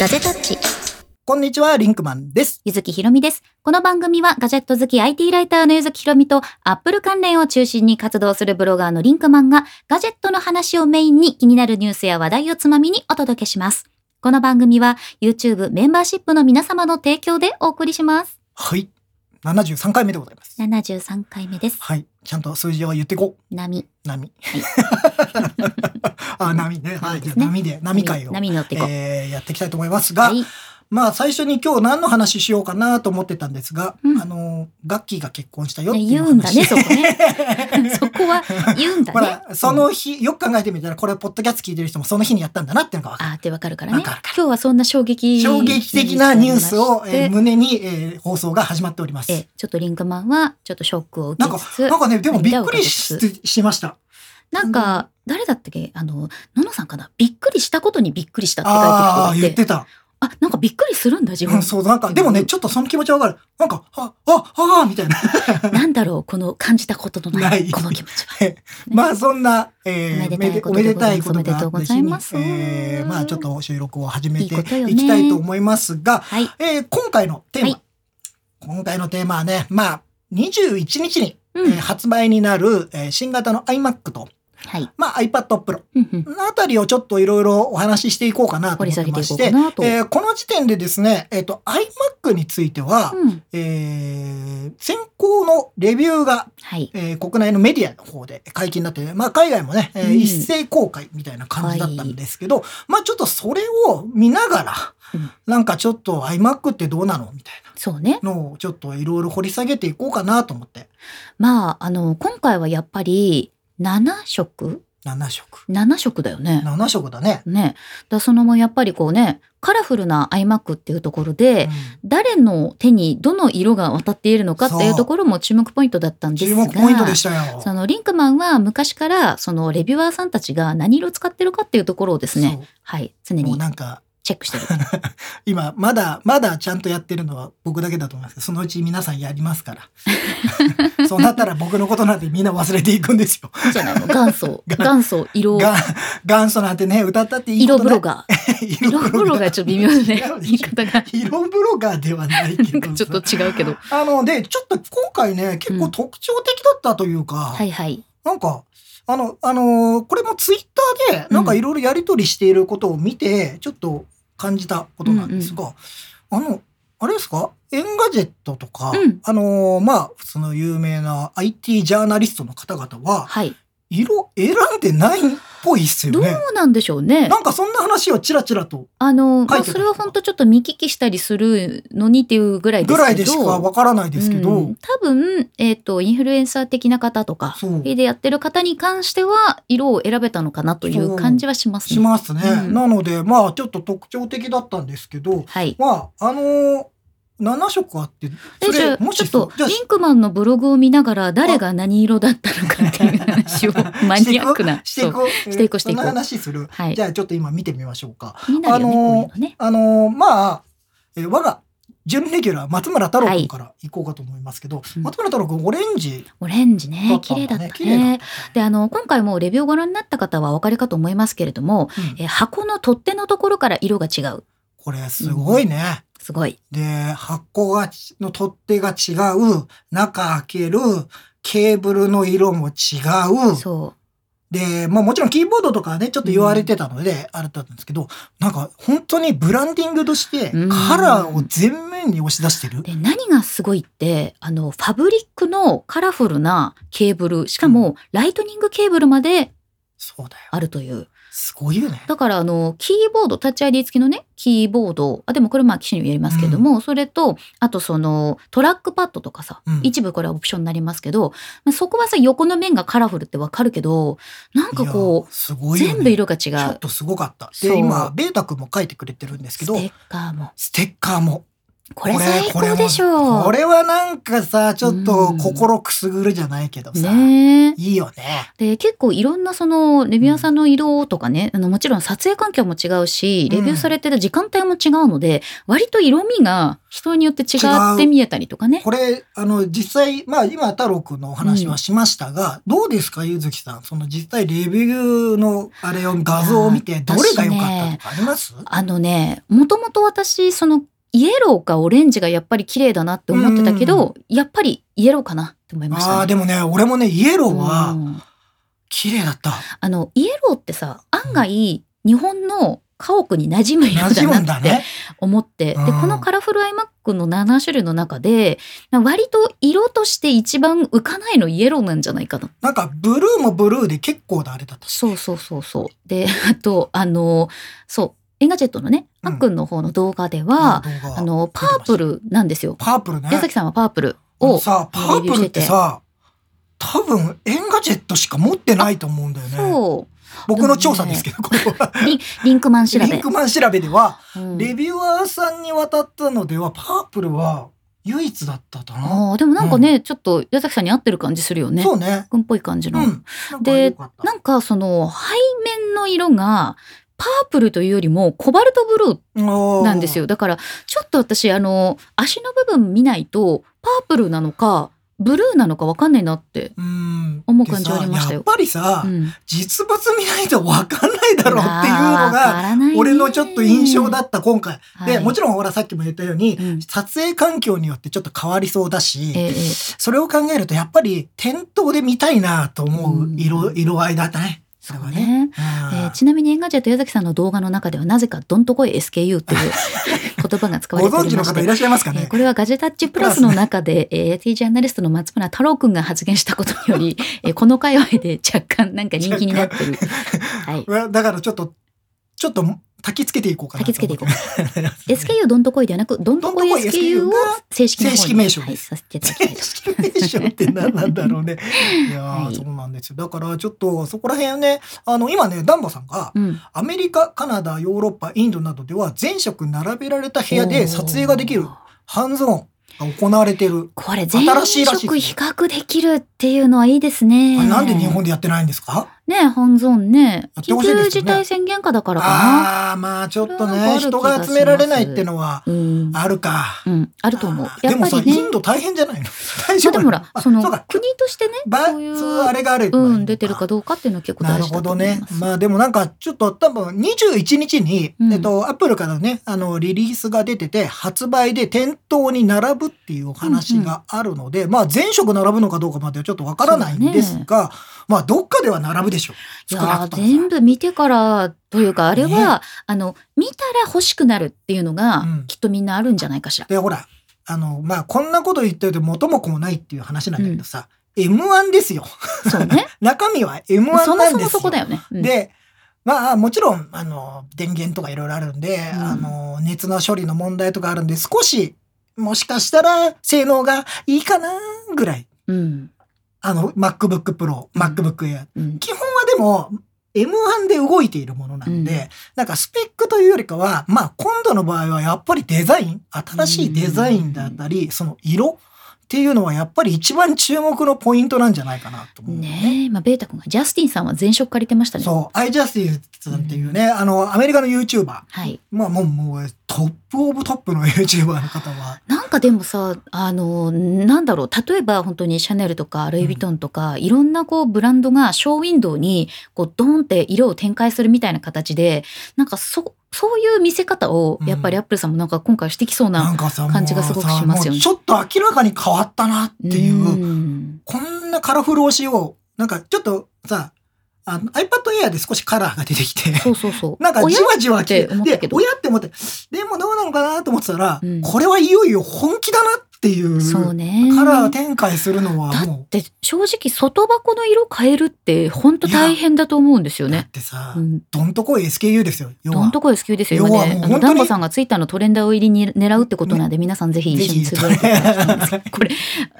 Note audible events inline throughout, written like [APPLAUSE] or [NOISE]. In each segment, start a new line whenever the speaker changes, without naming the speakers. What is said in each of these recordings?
ガジェタッチ。
こんにちは、リンクマンです。
ゆずきひろみです。この番組はガジェット好き IT ライターのゆずきひろみとアップル関連を中心に活動するブロガーのリンクマンがガジェットの話をメインに気になるニュースや話題をつまみにお届けします。この番組は YouTube メンバーシップの皆様の提供でお送りします。
はい。73回目でございます。
73回目です。
はい。ちゃんと数字は言ってこ
波。
う。波。 [LAUGHS] あ、波ね。はい。
ですね
波で、波会を、
波に乗っていこう。
えーやっていきたいと思いますが、
はい。
まあ最初に今日何の話しようかなと思ってたんですが、
うん
あの、ガッキーが結婚したよって
ね
いう
言
話。
うんだね、
[LAUGHS]
そこね。そこは言うんだ
ほ
ね。
ら、その日、よく考えてみたら、これ、ポッドキャスト聞いてる人もその日にやったんだなっていうのが分かる。
あーってわかるからね
わかるから。
今日はそんな衝撃
衝撃的なニュースを、
で
えー胸に、えー放送が始まっております。
ええちょっとリンクマンはちょっとショックを受
なん
け
か
つ、つ
なんかね、でもびっくり
涙を
し
隠
しました。
なんか誰だったっけあのののさんかなびっくりしたことにびっくりしたって書いてる人
あ
が
あ
い
ー、言っててた。
あなんかびっくりするんだ自
う
分
ん、そう、なんか、でもね、ちょっとその気持ちはわかる。なんか、あ、あ、ああ、みた
[LAUGHS]
いな。
なんだろうこの感じたことのな
ないい
この気持ちは
まあ、そんな、えー
おめでたいこと
おめでたいことがあ
おめでとう
った
ござ
日
い
に
ます、
えーまあ、ちょっと収録を始めて
いいことよね
いきたいと思いますが、
はい
えー今回のテーマ、
はい
今回のテーマはね、まあ、21日に、
うん
えー発売になる、えー新型の iMac と、
はい
まあ、iPad Pro
うんうん
あたりをちょっといろいろお話ししていこうかなと
掘り
思
下
っ
げて
てま
いこ
し
うか
て、
なと、
えーこの時点でですね、えっ、と、iMac については、
うん
えー先行のレビューが、
はい
えー国内のメディアの方で解禁になって、まあ、海外もね、えー
うん
一斉公開みたいな感じだったんですけど、まあ、ちょっとそれを見ながら、
うん
なんかちょっと iMac ってどうなのみたい
そうね
なのをちょっといろいろ掘り下げていこうかなと思って、
まああの今回はやっぱり7色
7色。
7色だよね
7色だね。
ねだそのもやっぱりこうねカラフルな iMac っていうところで、
うん
誰の手にどの色が渡っているのかっていうところも注目ポイントだったんです
注
が
目ポイントでしたよ。
そのリンクマンは昔からそのレビュアーさんたちが何色使ってるかっていうところをですねはい常
そうもう
に
なんか、
チェックしてる
今、まだ、まだちゃんとやってるのは僕だけだと思いますけど、そのうち皆さんやりますから。
[LAUGHS]
そうなったら僕のことなんてみんな忘れていくんですよ。
じゃないの元祖
[LAUGHS] 元
元祖色
が、元祖なんてね、歌ったっていい
色
こと
ブ
な
ロ
い。
ガー
色
色ブロガーちょっと微妙だね
違う
言い方が
色ブロガーではないけ
な
ど
んか [LAUGHS] ちょっと
さ。
違う
[LAUGHS]
けど
あの、で、ちょっと今回ね、結構特徴的だったというか、
はいはい
なんか、あの、あのーこれもツイッターで、なんかいろいろやりとりしていることを見て、ちょっと感じたことなんですが、あの、あれですかエンガジェットとか、
うん
あのーまあ、その有名な IT ジャーナリストの方々は、
はい
色選んでないっぽいっす
ど
よ
う
ね。
なんでしょうね
なんかそんな話をちらちらと、
あのま
書
あ
いてた
それは本当ちょっと見聞きしたりするのにっていうぐらいですけ
ぐ
ど
らいでしかわからないですけど、
うん多分、えっとインフルエンサー的な方とか
そう
でやってる方に関しては色を選べたのかなという感じはします
し
ね。
ますね。
うん
なので、まあ、ちょっと特徴的だったんですけど、
はい、
まあ、あのー、7色あって、
え
そ
じゃ
れ、
あ
も
ちょ
し
っと
じゃあ
リンクマンのブログを見ながら誰が何色だったのかっていう話をマニアックな
してい
そう
こう。
していこうしていこう
そんな話する。
はい
じゃあちょっと今見てみましょうか。
気になるよね、
あ
こ
のー
ういうのね。
あのーまあ、えー我が準レギュラー松村太郎君から行こうかと思いますけど、
うん
松村太郎君オレンジ
オレンジね
だった
綺
ん
麗だ
だ
った
ね
ね。。
った
であの今回もレビューをご覧になった方はお分かりかと思いますけれども、
うん
え箱の取っ手のところから色が違う
これすごいね。
すごい
で、箱がちの取っ手が違う、中開ける、ケーブルの色も違う。
そ
で、まあもちろんキーボードとかはね、ちょっと言われてたので、あれだったんですけど、なんか本当にブランディングとして
うん
カラーを全面に押し出してる
う。で何がすごいってあのファブリックのカラフルなケーブルしかもライトニングケーブルまで
そうだよ。
あるという
すごいよね。
だからあのキーボードタッチ ID 付きのねキーボードあでもこれまあ機種によりますけども、それとあとそのトラックパッドとかさ、
うん
一部これはオプションになりますけど、まあ、そこはさ横の面がカラフルってわかるけどなんか
い
こ
やす
う、
ごいよね
全部色が違
ちょっ
う
とすごかった。
そう
で、今、ベータ君も書いてくれてるんですけ
ス
ど、
テッカーも
ステッカーも。
これ最高でしょう。
これはなんかさ、ちょっと心くすぐるじゃないけどさ。
ねえ
いいよね。
で結構いろんなそのレビュアーさんの色とかね、あのもちろん撮影環境も違うしレビューされてる時間帯も違うので、割と色味が人によって違って見えたりとかね。
[LAUGHS] これ、あの、実際、まあ今、太郎くんのお話はしましたが、どうですか、ゆずきさん。その実際レビューのあれを画像を見て、どれが良かったとかあります、
あのねもともと私そのイエローかオレンジがやっぱり綺麗だなって思ってたけど、やっぱりイエローかなって思いました、ね。
ああ、でもね、俺もね、イエローは
うん
綺麗だった。
あのイエローってさ案外日本の家屋に馴染む色
馴染む
だ
ん
な
だ
って
ね。
思って、
うん
でこのカラフル iMac の7種類の中で割と色として一番浮かないのイエローなんじゃないかな
なんか、ブルーもブルーで結構なあれだったし。
そうそうそうそうであとあのそうエンガジェットのね
う
あ
ん
っくんの方の動画では、
動画
あのパープルなんですよ
パープルね。
矢崎さんはパープル
あの
を
さ、パ
レビュー
ープ
して
ルって
て
さ、多分、エンガジェットしか持ってないと思うんだよね。
そ
僕の調査ですけど、これは。
うリンリンクマン調べ
リンクマン調べでは、
うん
レビュアーさんに渡ったのでは、パープルは唯一だったかな。
あーでもなんかね、ちょっと矢崎さんに合ってる感じするよね
そうね。
くんっぽい感じ
う
の、
ん。なんか
で
良かった
なんかその背面の色がパープルというよりもコバルトブルーなんです。よ。だからちょっと私あの足の部分見ないとパープルなのかブルーなのかわかんないなって。
おーうん。
思う感じありましたよ
でさやっぱりさ、
うん、
実物見ないと分かんないだろうっていうの
あーわ
が、
からないね
俺のちょっと印象だった今回。
はい
で、もちろんほらさっきも言ったように、
うん
撮影環境によってちょっと変わりそうだし、
ええええ
それを考えるとやっぱり店頭で見たいなと思う色、
うん
色合いだったね。
そう
だから
ね。え
うん
ーちなみにエンガジェット矢崎さんの動画の中ではなぜかどんとこい SKU という
[LAUGHS]
言葉が使わ
ご
れてお
存
り
知の
まし
方
て
いらっしゃいますか
えー
ね
これはガジェタッチプラスの中で、えー AT ジャーナリストの松村太郎くんが発言したことにより、えーこの界隈で若干なんか人気になってる。はい。
うわだからちょっと、ちょっと焚きつけていこうかな。
焚きつけていこう
[LAUGHS] SKU。
SKU どんとこいではなく、どんとこい
どんとこい
SKU を
SKU が
正式な方に
正式名称です
はい、させていただきたい
正
と。
式名称って何なんだろうね。
[LAUGHS]
いやー、
はい
そうなんですよ。だからちょっとそこら辺ね、あの今ね、ダンボさんが
うん。
アメリカ、カナダ、ヨーロッパ、インドなどでは全色並べられた部屋で撮影ができる
おー
ハンズオンが行われてる。
これ全
新しいらしいで
色
す
比較できるっていうのはいいですね。
あれなんで日本でやってないんですか
ねハンズオンね。
やって
緊
ほしいですよね
急事態宣言下だからか
ああー、まあちょっと
それはなんかある
ね、
気が
人が集められないってのは
な。うん。
あるか。
うん、あると思う
あ。ー
や
で
っ
も
ぱ
さ、
り
イ
ね。
ンド大変じゃないの大
ま
丈
あで
夫
もほら、
あ
その
そうか
国としてね、
ば
そういう
そうあれがある
うん、出てるかどうかっていうのは結構
な
大
る
事だと
ほど
思い
ね
ま。す。
まあでもなんかちょっと多分21日に、
うん
えっと、アップルからね、あの、リリースが出てて、発売で店頭に並ぶっていうお話があるので、まあ全色並ぶのかどうかまではちょっとわからないんですが、まあどっかでは並ぶでしょ
い
う。少
や
な
ー
くともさ
全部見てからというかあれは、
ね
あの見たら欲しくなるっていうのが、
うん
きっとみんなあるんじゃないかしら。
[LAUGHS] で、ほら、あの、まあこんなこと言ってると元も子もないっていう話なんだけどさ、M1 ですよ。
そうね。
中身は M1
そも
なん
そ
で
も
す
そ。
よ
こだよね。うん
で、まあ、もちろん、あの、電源とかいろいろあるんで、
うん
あの、熱の処理の問題とかあるんで、少し、もしかしたら、性能がいいかな、ぐらい。
うん
あの、MacBook Pro、
うん
MacBook Air。
うん
基本はでも、M1 で動いているものなんで、
うん
なんかスペックというよりかは、まあ今度の場合はやっぱりデザイン、新しいデザインだったり、その色っていうのはやっぱり一番注目のポイントなんじゃないかなと思うんだよ
ねえ、まあ、ベータ君がジャスティンさんは全職借りてましたね。
そう、アイジャスティスさんっていうね、あの、アメリカの YouTuber。
はい、
まあもう、もう、トップオブトップの YouTuber の方は。
なんかでもさあのなんだろう例えば本当にシャネルとかルイ・ヴィトンとか、いろんなこうブランドがショーウィンドウにこうドーンって色を展開するみたいな形でなんかそそういう見せ方をやっぱり
う
アップルさんもなんか今回してきそうな
なんかさ、もう
感じがすごくしますよね
さもうちょっと明らかに変わったなっていう、
ん
こんなカラフル推しを、なんかちょっとさ、あの iPad Air で少しカラーが出てきて、
そうそうそう。
なんかじわじわ来て、
って思った
で
け、ど
親って思って、でもどうなのかなと思ってたら、
うん
これはいよいよ本気だなっっていう
そうね
カラー展開するのは
だっ
も
て正直外箱の色変えるって本当大変だと思うんですよ
うだ
ね
っ。てさ、
うん、
どんとこ SKU ですよ要
ど
は
んとこです急ですよ
要
今
は
ね
もう
あの
本当に
ダンボさんがツイッターのトレンダーを入りに狙うってことなんで、皆さんぜひ一緒につぶやいていただきたいんですけ
[LAUGHS]
どこれ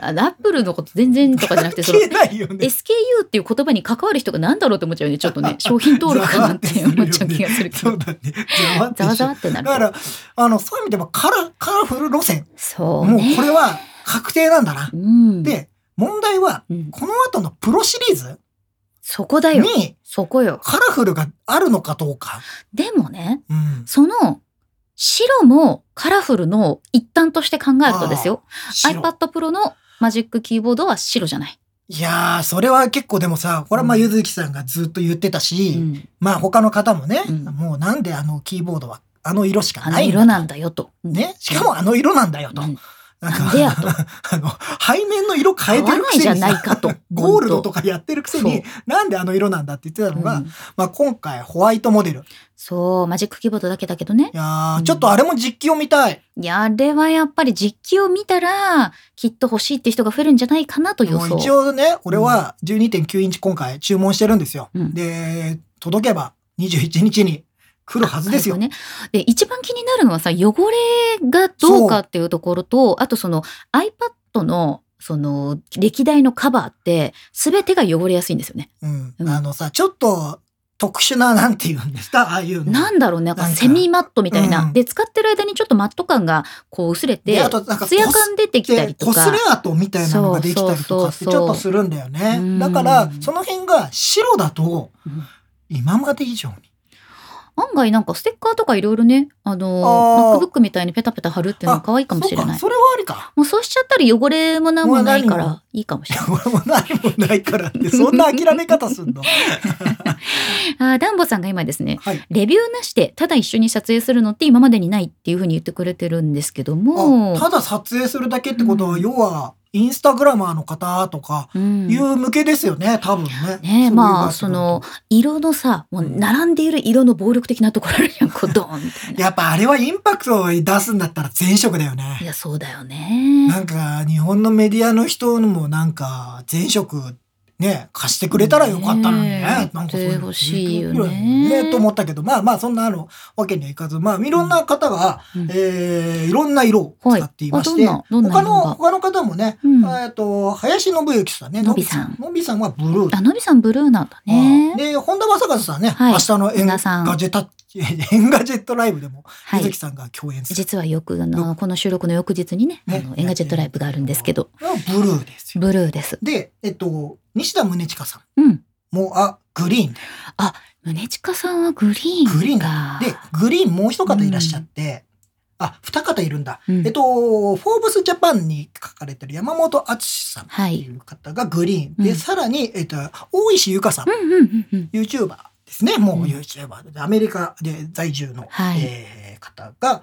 あのアップルのこと全然とかじゃなくてその
消えないよね
SKU っていう言葉に関わる人が何だろうと思っちゃうよねちょっと
[LAUGHS]
ね商品登録かなって思っちゃう気がするけ
そう
ど
だねざわって
ざ
し
わ
ょ
ざわってな
だ
る
からあのそういう意味でもカラカラフル路線
そう
[LAUGHS] もう
ね
これは確定なんだな
う、ん、
で問題は
うん
この後のプロシリーズ
そこだよ
に
そこよ
カラフルがあるのかどうか、
でもね
うん、
その白もカラフルの一端として考えるとですよ
白
iPad Pro のマジックキーボードは白じゃない。
いやーそれは結構でもさこれはまあ
うん
柚木さんがずっと言ってたし、
うん
まあ他の方もね、
うん
もうなんであのキーボードはあの色しか
あ
な
の
いん
色
だ
なんだよと。うん
ね、しかもあの色なんだよと。
うん
なんか
なんでや
[LAUGHS]
と
あの背面の色変えてるくせに
合わないじゃないかと
[LAUGHS] ゴールドとかやってるくせ
本
になんであの色なんだって言ってたのが、
うん
まあ、今回ホワイトモデルい
そう、マジックキーボードだけだけどね。
やー、
うん
ちょっとあれも実機を見たい
いや、あれはやっぱり実機を見たら、きっと欲しいって人が増えるんじゃないかなと予
もう
想。
一応ね俺は12.9インチ今回注文してるんですよ、
うん
で届けば21日に来るはずですよ、
あそうね、で一番気になるのはさ汚れがどうかっていうところとあとその iPad のその歴代のカバーって全てが汚れやすいんですよね。
うん
うん
あのさちょっと特殊ななんて言うんですかああいうの
なんだろうねなんか
なんか
セミマットみたいな、
うん
で使ってる間にちょっとマット感がこう薄れて
であとなんか
ツヤ感出てきた
で
りと
こす
か
れ跡みたいなのができたりとかってち
そうそうそうそう
ょっとするんだよ
う
ね
ん
だからその辺が白だと
うん
今まで以上に
案外なんかステッカーとかいろいろねあの
あー
MacBook みたいにペタペタ貼るっていうのは可愛いかもしれ
そう
な
か
い。
それはありか
もうそうしちゃったら汚れもなんもないか
もう何
らいいかもしれない。
俺も何もないからってそんな諦め方すん
[LAUGHS]
の
あーダンボさんが今ですね
はい
レビューなしでただ一緒に撮影するのって今までにないっていうふうに言ってくれてるんですけども
あ、ただ撮影するだけってこと
う
は
ん
要はインスタグラマーの方とか
うん
い、う向けですよね多分ねそう
ね
い
え
う
ま
バ
あ
ック
そ
グラウン
の色のさもう並んでいる色の暴力的なところあるじゃんこうドーンみたい
ド
な。
やっぱあれはインパクトを出すんだったら前職だよね
いやそうだよ
な
ね。
んか日本のメディアの人もなんか前職ね貸してくれたらよかったのにね
ねえ
なんかそううの
欲しいよね
くれたらと思ったけどまあまあそんなのわけにはいかずまあいろんな方が、
うん
えーいろんな色を使
はい。
っていま
あ
し
どん
て、
などんな
他の
色が。
他の方もね、
うん
えっと林信之さんね
のびさん
のびさんはブルー
あのびさんブルーなんだね。
で本田正和さんね、
はい
明日のエン
皆さん
ガジェタ [LAUGHS] エンガジェットライブでも
は
柚木
い。
さんが共演する、
実はよくあのこの収録の翌日にね、あ
ね
のエンガジェットライブがあるんですけど、
ブルーですよ
ブルーです。
でえっと西田宗近さん
うん。
もう、あ、グリーンだよ
宗近さんはグリーンか。
グリーンだで、グリーンもう一方いらっしゃって、あ、二方いるんだ。
うん
えっと、フォーブスジャパンに書かれてる山本敦さんっ
は
て
い
い。う方がグリーン。
う
で、
ん
さらに、えっと、大石ゆかさん
う、んうんうんうん。
YouTuber ですね。もううん YouTuber で、アメリカで在住の、
はい
えー方が、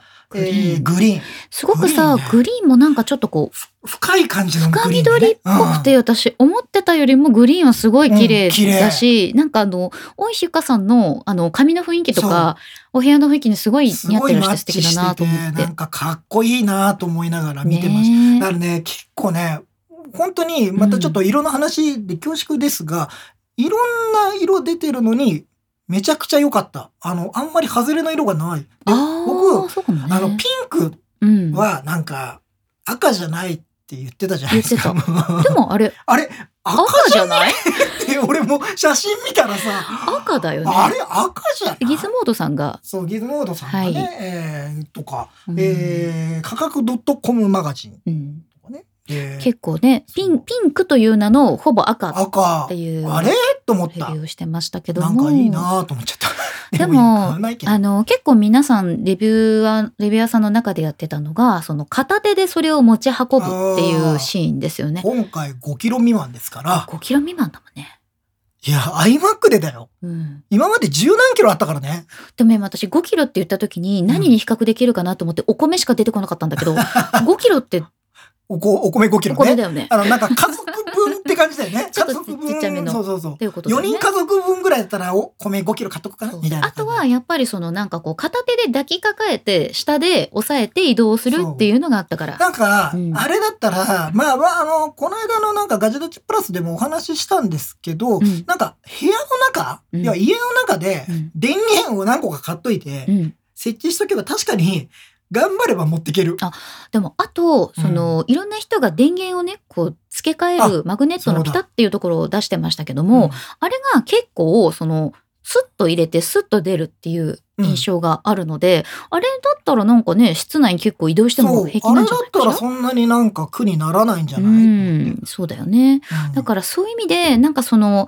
グリー
えー
ン
グリーン。
すごくさ
グリーンね
グリーンもなんかちょっとこう
深い感じの
深
グリーンだね、
緑っぽくて、私思ってたよりもグリーンはすごい綺麗
うん綺麗
だし、なんかあの大石ゆかさんのあの髪の雰囲気とかお部屋の雰囲気にすご
う
い
んす
似合っ
ご
て
い
らして
マッ
素
チ
敵
し
だな
て
と
て、
思っ
な
て
ん。かかっこいいなと思いながら見てました。
ねえ
だからね、結構ね、本当に、またちょっと色の話で恐縮ですが、いろんな色出てるのに、めちゃくちゃ良かった。あの、あんまり外れの色がない。で
あー
僕、
そうかもね。
あの、ピンク
うん、で
はなんか、赤じゃないって言ってたじゃないですか。
言
[LAUGHS]
もあれ
あれ、赤
赤じゃない
って、 [LAUGHS] 俺も写真見たらさ、
赤だよね。
あれ、赤じゃない
ギズモードさんが、
そう、ギズモードさんがね、
はい
えーとか、
うん
えー、価格 .com マガジン
うん
とかね。えー
結構ねピンピンクという名のほぼ赤っ
赤
て。いう
あれと思っ
レビ
た。
ューをしてましたけど
な
も
んかいいなと思っちゃった。
[LAUGHS] でも
買わないけど
あの結構皆さんレビューアレビュアーさんの中でやってたのがその片手でそれを持ち運ぶっていうシーンですよね。
今回5キロ未満ですから、
5キロ未満だもんね。
いや、iMac でだよ。
うん、
今まで十何キロあったからね。
でも今私5キロって言った時に何に比較できるかなと思ってお米し
[LAUGHS]
か出てこなかったんだけど5キロって
おこお米5キ
お
ロ
米
ね。
だよね。
あの、なんか家族分って感じだよね
[LAUGHS] ちょっとちっちゃめの
そうそうそう
ということで、
4
ね。
人家族分ぐらいだったらお米5キロ買っとくかなみたいな
あとはやっぱりそのなんかこう片手で抱きかかえて下で押さえて移動するっていうのがあったから。
なんか、
うん
あれだったら、まあまあ、あの、この間のなんかガジェットチプラスでもお話ししたんですけ
う
ど、
ん
なんか部屋の中、
うん
いや家の中で
うん
電源を何個か買っといて、
うん、
設置しとけば確かに頑張れば持っていける。
でもあとその、いろんな人が電源をねこう付け替えるマグネット
そ
の
うだ
ピタっていうところを出してましたけども、あれが結構そのスッと入れてスッと出るっていう印象があるので、あれだったらなんかね室内に結構移動して
そ
も
う
平気
あ
な
れ
ん
だ
じゃない
っ
か
た
な
らそんなになんか苦にならないんじゃない、
うんそうだよね。だからそういう意味でなんかその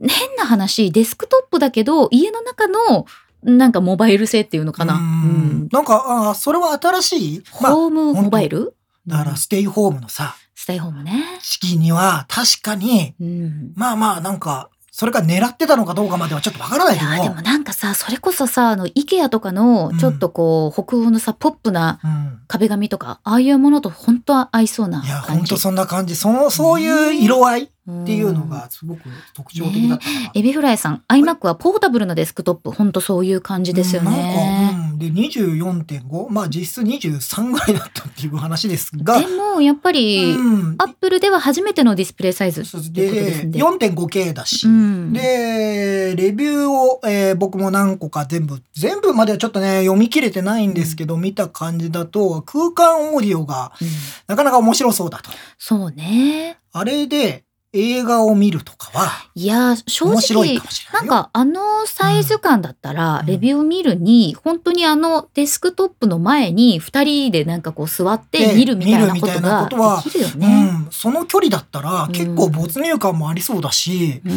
変な話デスクトップだけど家の中のなんかモバイル性っていうのかな、
う
うんん
なんかあーそれは新しい、まあ、
ホームモバイル
だから
うん
ステイホームのさ
ステイホームね、
式には確かに
うん、
まあまあなんかそれが狙ってたのかどうかまではちょっとわからない
い
けど
やでもなんかさそれこそさあの IKEA とかのちょっとこう、北欧のさポップな
うん
壁紙とかああいうものと本当は合いそうない
や
感
本
じ
当そんな感じそのそういう色合いっ
って
いうのがすごく特徴的だったかな
エビフライさん iMac はポータブルなデスクトップ本当そういう感じですよ
なん
ね、
か、うん、で24.5まあ実質23ぐらいだったっていう話ですが
でもやっぱり、
うん
アップルでは初めてのディスプレイサイズ
そう
ということで
です
んで。
4.5K だし、
うん
でレビューを、えー僕も何個か全部全部まではちょっとね読み切れてないんですけど、見た感じだと空間オーディオが
うん
なかなか面白そうだと
そうね。
あれで映画を見るとかはい
や、正
面白い
直
か、もしれな
ないん
よ
かあのサイズ感だったら
う、ん
レビュー見るに、本当にあのデスクトップの前に2人でなんかこう座って見るみたいなこ
見るみた
と
いなこと
が
は
できるよね。
うん、その距離だったら
うん
結構没入感もありそうだし、
うん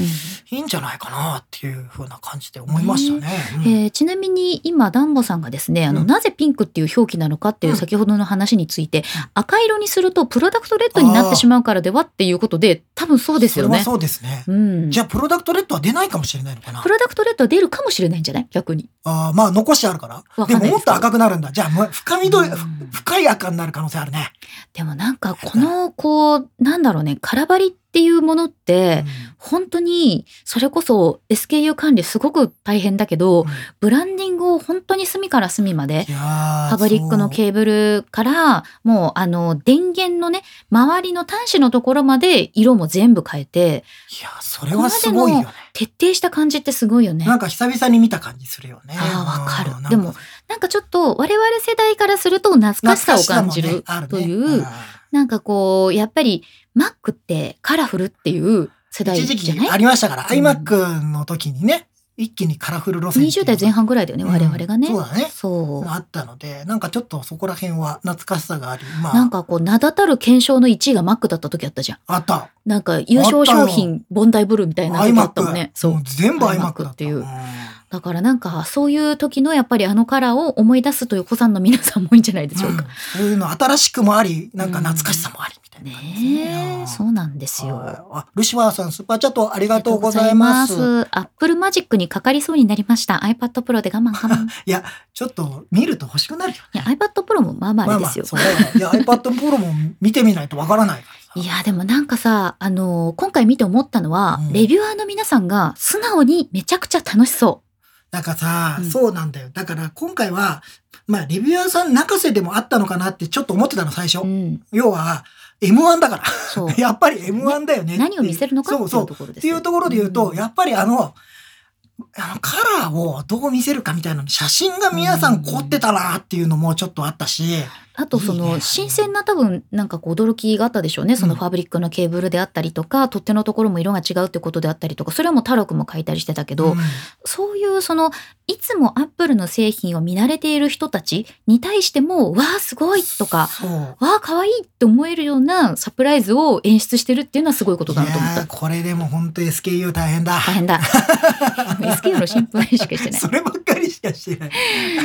いいんじゃないかなっていうふうな感じで思いましたね。
えーちなみに今ダンボさんがですねあの、
うん
なぜピンクっていう表記なのかっていう
うん
先ほどの話について、赤色にするとプロダクトレッドになってしまうからではっていうことで多分そうですよ
それ
ね
は。そうですね。
うん
じ、ゃあプロダクトレッドは出ないかもしれないのかな
プ。ロダクトレッドは出るかもしれないんじゃない逆に。
ああまあ残してあるから。
わ
で
かん
も
ない
も
で
っ
すけど
と赤くなるんだ。じゃあもう深緑、
うん
ふ深い赤になる可能性あるね。
でもなんかこのこうなんだろうね空張りっていうものって本当にそれこそ SKU 管理すごく大変だけど
うん
ブランディングを本当に隅から隅まで
いやー
パブリックの
そう
ケーブルからもうあの電源のね周りの端子のところまで色も全部変えて
いやーそれはすごいよね。
徹底した感じってすごいよね。
なんか久々に見た感じするよね。
あーわかる
うんなん
でもなんかちょっと我々世代からすると懐かしさを感じる
懐かしさもねあね
といううんなんかこうやっぱり Mac ってカラフルっていう世代
一時
じゃ
期
な
あ
い
りましたから、
うん
iMac の時にね一気にカラフル路線っていう
?20
のが
代前半ぐらいだよね、
うん
我々がね。
そうだね
そう
あったのでなんかちょっとそこら辺は懐かしさがありまあ
なんかこう名だたる検証の1位が Mac だった時あったじゃん。
あった
なんか優勝商品ボンダイブルーみたいな時あったもん
iMac、
ね。そう
もう全部 iMac だ
iMac っていうんだからなんかそういう時のやっぱりあのカラーを思い出すという子さんの皆さんもいいんじゃないでしょうか。
うんそういうの新しくもありなんか懐かしさもありみたいな感じです
ねえそ
ね
うなんですよ。
はい
あ
あルシファーさんスーパーチャットあり
り
がとうございます
がとうございます。アップルマジックにかかりそうになりました。iPad Pro で我慢我 [LAUGHS] 慢。
ちょっと見ると欲しくなるよ
いや iPad Pro もまあまああれですよ。
そうだよいや iPad Pro も見てみないとわからない
[LAUGHS]
から
い
さ
やでもなんかさあのー今回見て思ったのは、
うん
レビュアーの皆さんが素直にめちゃくちゃ楽しそ
なんかさ、
うん
そうなんだよだから今回はまあレビュアーさん泣かせでもあったのかなってちょっと思ってたの最初、
う。うん、
要は M1 だから
そう
[LAUGHS] やっぱり M1 だよね
何を見せるのかってい
そ
うう
そう
ところで
っ
す
てい
よ
うところで言うと、
ん
やっぱりあの、あのカラーをどう見せるかみたいなの写真が皆さん凝ってたなっていうのもちょっとあったし、
あとそ
いい
の
ね
新鮮な多分なんかこう驚きがあったでしょうねその
うん
ファブリックのケーブルであったりとか、取っ手のところも色が違うってことであったりとかそれはもう太郎くんも書いたりしてたけど、
うん
そういうそのいつもアップルの製品を見慣れている人たちに対しても「わあすごい!」とか
そう
「わあ可愛い!」って思えるようなサプライズを演出してるっていうのはすごいことだなと思っ
い
た
やー。これでも本当 SKU 大変だ。
大
[LAUGHS]
変だ。SKU の心配しかしてない。
そればっかりしかしてない。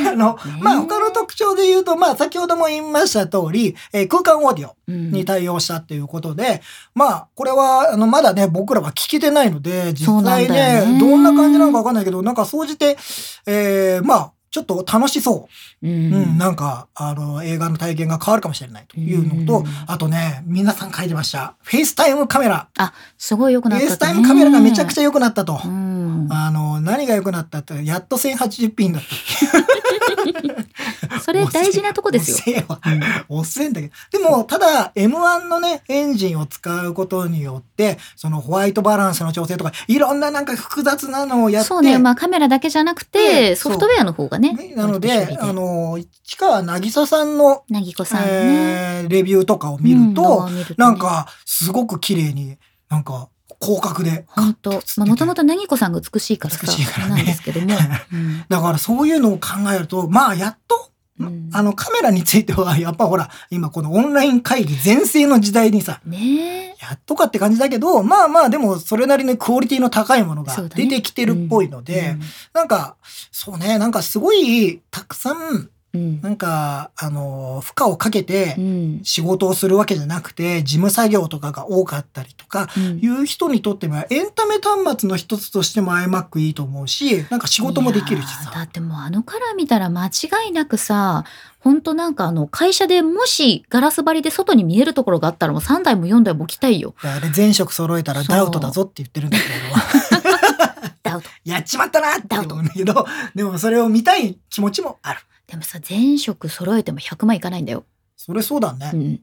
あの、
ねえ
まあ他の特徴で言うと、まあ先ほども言いました通り、えー空間オーディオ
うん
に対応したっていうことで、まあこれはあのまだね僕らは聞けてないので実
そうなん
際
だよ
ね
ね
どんな感じなのかわかんないけどなんか総じて、えーまあちちょっと楽しそうう。
ん
うん、なんか、あの、映画の体験が変わるかもしれないというの
うん
と、あとね、皆さん書いてました。フェイスタイムカメラ。
すごい良く
フ
なっ
ェ
た
イスタイムカメラがめちゃくち
ゃ、
ゃ良くなったと
う。ん、
あの、何が良くなったって、やっと 1080p になった。
それ大事なとこですよ
遅。えわ遅えんだけど。でも、ただ、M1 のね、エンジンを使うことによって、そのホワイトバランスの調整とか、いろんななんか複雑なのをやって、
そうね、まあカメラだけじゃなくて、
ね
ソフトウェアの方がね。
ねなの
割と
で、
処
あ
理で、
の、市川渚さんの、
なぎこさんね。
えーレビューとかを見ると、
うん、
なん、か、すごく綺麗に、なんか、広角で。
本当
カッ映ってて
まあもともとなぎこさんが美しいからさ、
美しいからね
なんですけ
[LAUGHS]
ども。うん
だから、そういうのを考えると、まあ、やっと、
うん
あの、カメラについては、やっぱほら、今このオンライン会議全盛の時代にさ、
ねえ。
やっとかって感じだけど、まあまあ、でも、それなりにクオリティの高いものが
そうだね
出てきてるっぽいので、なんか、そうね、なんかすごい、たくさん、
うん、
なんか、あの、負荷をかけて
うん、うん
仕事をするわけじゃなくて、事務作業とかが多かったりとか、
うん
いう人にとっては、エンタメ端末の一つとしても iMac いいと思うし、なんか仕事もできるし
いやー
さ。
だってもうあのカラー見たら間違いなくさ、本当なんかあの会社でもしガラス張りで外に見えるところがあったらもう3台も4台も置きたいよ。
あれ全色揃えたら
そう
ダウトだぞって言ってるんだけど俺
[LAUGHS]
は
ダウト。
やっちまったなって思うんだけどでもそれを見たい気持ちもある
でもさ、全色揃えても100万いかないんだよ。
それそうだね、
うん。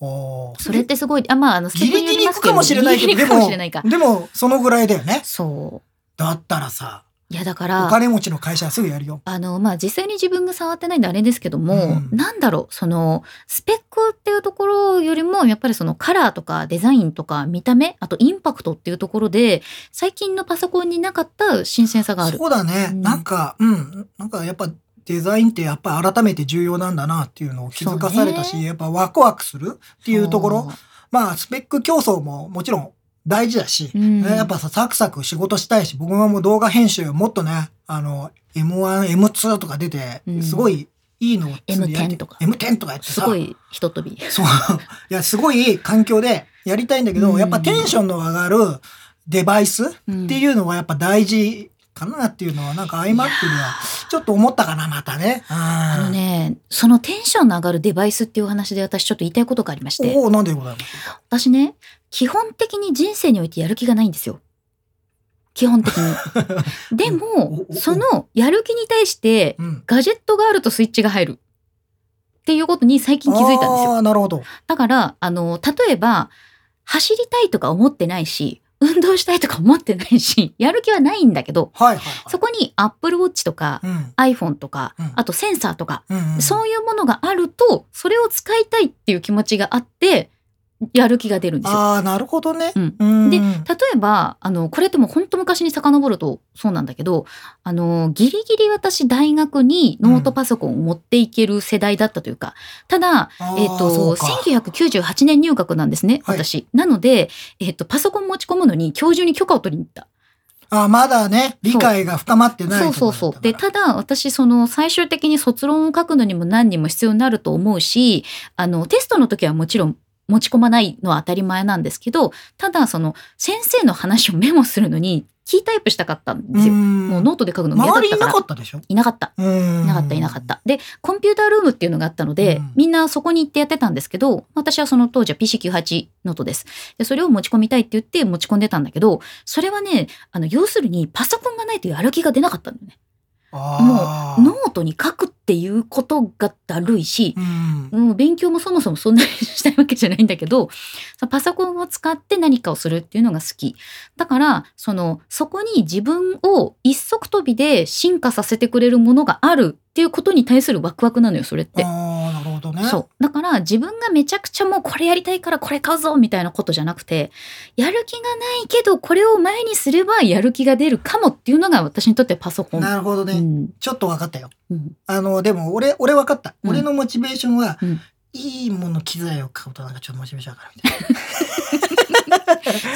おー
それってす
[LAUGHS]
ごい。あ、まあ、あの、
ギリ
世間
ギ
によ
リ行
ります
くかもしれないけ
ギ
ど
リギリ
で
行くかもしれないか
もでもそのぐらいだよね
そ
だったらさ
う。いや、だか
お
ら、
金持ちの会社はすぐやるよ
あの、まあ、実際に自分が触ってないんであれですけども、
うん
なんだろう、その、スペックっていうところよりも、やっぱりそのカラーとかデザインとか見た目、あとインパクトっていうところで、最近のパソコンになかった新鮮さがある。
そうだね、
うん
なんかうんなんかやっぱデザインってやっぱ改めて重要なんだなっていうのを気づかされたし、
そうね
やっぱワクワクするっていうところ
そ
まあスペック競争ももちろん大事だし、
う、うん、
やっぱさ、サクサク仕事したいし、僕はもう動画編集もっとね、あの、M1、M2 とか出て
う、ん
すごいいいのをつぶやいて
M10 とか
M10 とかやって
す
さ、
ごいひと飛び。
そう。いや、すごい環境でやりたいんだけど、
うん
やっぱテンションの上がるデバイスっ
って
いうのはやっぱ大事かなっていうのは、なんか iMac ではちょっと思ったかな、またね。
あ
あ
の。ね、そのテンションの上がるデバイスっていうお話で私ちょっと言いたいことがありまして、
おお、なんでございます
私ね、基本的に人生においてやる気がないんですよ。基本的
[LAUGHS]
に。でも
おお、お
そのやる気に対して
うん。
ガジェットがあるとスイッチが入る。っていうことに最近気づいたんです
あ
よ。
あ、なるほど。
だから、あの、例えば、走りたいとか思ってないし、運動したいとか思ってないし、やる気はないんだけど、
はいはいはい。
そこに Apple Watch とか
うん
iPhone とか
うん、
あとセンサーとか
うんうん。
そういうものがあると、それを使いたいっていう気持ちがあって、やる気が出るんですよ。
ああ、なるほどね。
うん
うん
で例えば、あの、これってもう本当昔に遡るとそうなんだけど、あの、ギリギリ私大学にノートパソコンを持っていける世代だったというか、ただ、えっ、と、1998年入学なんですね、
はい
私。なので、えっ、と、パソコン持ち込むのに今日中に許可を取りに行った。
あまだね理解が深まってない
そうそうそう。で、
た
ただ私、その最終的に卒論を書くのにも何にも必要になると思うし、あの、テストの時はもちろん持ち込まないのは当たり前なんですけど、ただその先生の話をメモするのにキータイプしたかったんですよ。もうノートで書くの嫌だ
周り
っ
い
たか
な
ら
か。ったでしょ
いなかった。
い
いなかったいなかった。で、コンピュータールームっていうのがあったので、
うん
みんなそこに行ってやってたんですけど、私はその当時は PC98 ノートです。で、それを持ち込みたいって言って持ち込んでたんだけど、それはね、あの、要するにパソコンがないとやる気が出なかったんだよね。
あー
ノートに書くっていうことがだるいし、
うん
もう勉強もそもそもそんなにしたいわけじゃないんだけど、そのパソコンを使って何かをするっていうのが好き。だから、その、そこに自分を一足飛びで進化させてくれるものがあるっていうことに対するワクワクなのよ、それって。
あーなるほどね
そう。だから、自分がめちゃくちゃもうこれやりたいからこれ買うぞみたいなことじゃなくて、やる気がないけど、これを前にすればやる気が出るかもっていうのが私にとってパソコン。
なるほどね、
うん
ちょっと分かったよ
うん
あのでも俺俺分かった、
うん
俺のモチベーションは、
うん
いいもの機材を買うとなんかちょっとモチベーション上がるみたい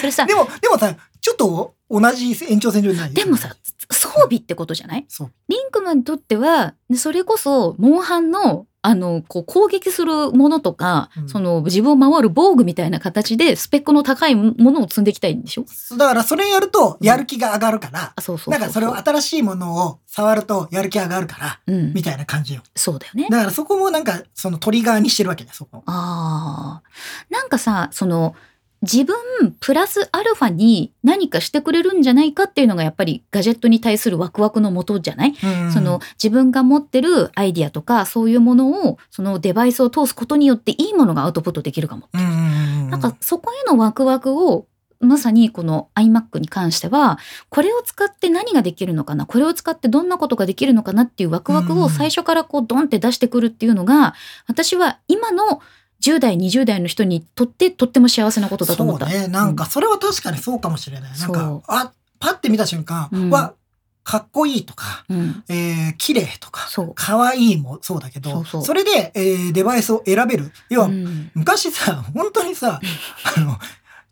それさ
なでもでもさちょっと同じ延長線上にない
でもさ装備ってことじゃない
そう
リンクマンにとってはねそれこそモンハンのあのこう攻撃するものとか、
うん
その自分を守る防具みたいな形でスペックの高いものを積んでいきたいんでしょ
だからそれやるとやる気が上がるから、
あそうそうう
なんかそれを新しいものを触るとやる気上がるから、
うん
みたいな感じよ。
そうだよね
だからそこもなんかそのトリガーにしてるわけね、そこ。
あーなんかさその自分プラスアルファに何かしてくれるんじゃないかっていうのがやっぱりガジェットに対するワクワクのもとじゃない、
うん
その、自分が持ってるアイディアとかそういうものをそのデバイスを通すことによっていいものがアウトプットできるかもって
う
い
ん
う
うんうんうん、
なんかそこへのワクワクをまさにこの iMac に関してはこれを使って何ができるのかなこれを使ってどんなことができるのかなっていうワクワク
う
を
ん
最初からこうドンって出してくるっていうのが私は今の10代20代の人にとってとっても幸せなことだと思った。
そうね。なんか、それは確かにそうかもしれない。なん
そう
か、あ、パッて見た瞬間
うん
は、かっこいいとか、
うん、
えー、綺麗とか、
そう
可愛いもそうだけど、
そうそう
れで、えーデバイスを選べる。要は、
うん
昔さ、本当にさ、あの、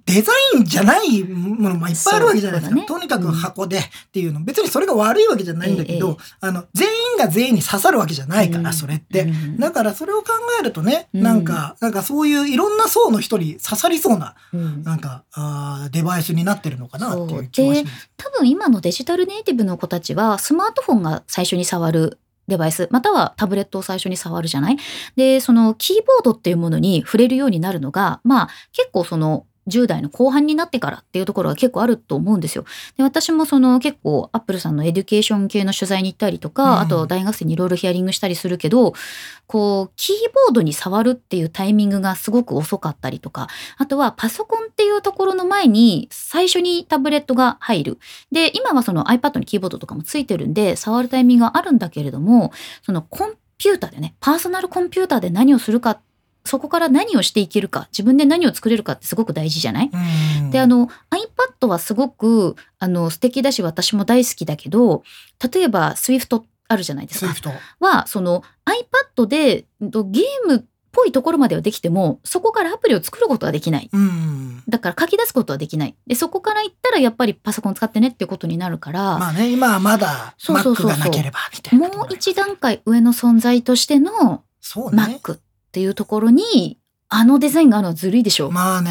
デザインじゃないものもいっぱいあるわけじゃないですか。
そうだね
とにかく箱でっていうの、別にそれが悪いわけじゃないんだけど、あの、全員が全員に刺さるわけじゃないから、
うん
それって。
うん
だからそれを考えるとね、
うん
なんか、なんかそういういろんな層の人に刺さりそうな、
うん
なんか、あーデバイスになってるのかなっていう気
そう
が
で
します。
多分今のデジタルネイティブの子たちはスマートフォンが最初に触るデバイスまたはタブレットを最初に触るじゃないでそのキーボードっていうものに触れるようになるのがまあ結構その10代の後半になってからっていうところが結構あると思うんですよ。で私もその結構アップルさんのエデュケーション系の取材に行ったりとか、
うん
あと大学生にいろいろヒアリングしたりするけどこうキーボードに触るっていうタイミングがすごく遅かったりとかあとはパソコンっていうところの前に最初にタブレットが入るで今はその iPad にキーボードとかもついてるんで触るタイミングがあるんだけれどもそのコンピューターでねパーソナルコンピューターで何をするかそこから何をしていけるか自分で何を作れるかってすごく大事じゃない
うん
であの iPad はすごくあの素敵だし私も大好きだけど例えば Swift あるじゃないです
ス
か
イフト。
はその iPad でうんとゲームっぽいところまではできてもそこからアプリを作ることはできない
うん。
だから書き出すことはできないでそこから行ったらやっぱりパソコン使ってねっていうことになるから、
まあね、今はまだ
そうそうそう
Mac
そう
がなければみたい
も
な
う
ところが。
一段階上の存在としての
そうね。
Mac っていうところにあのデザインがあるのはずるいでしょ、
まあ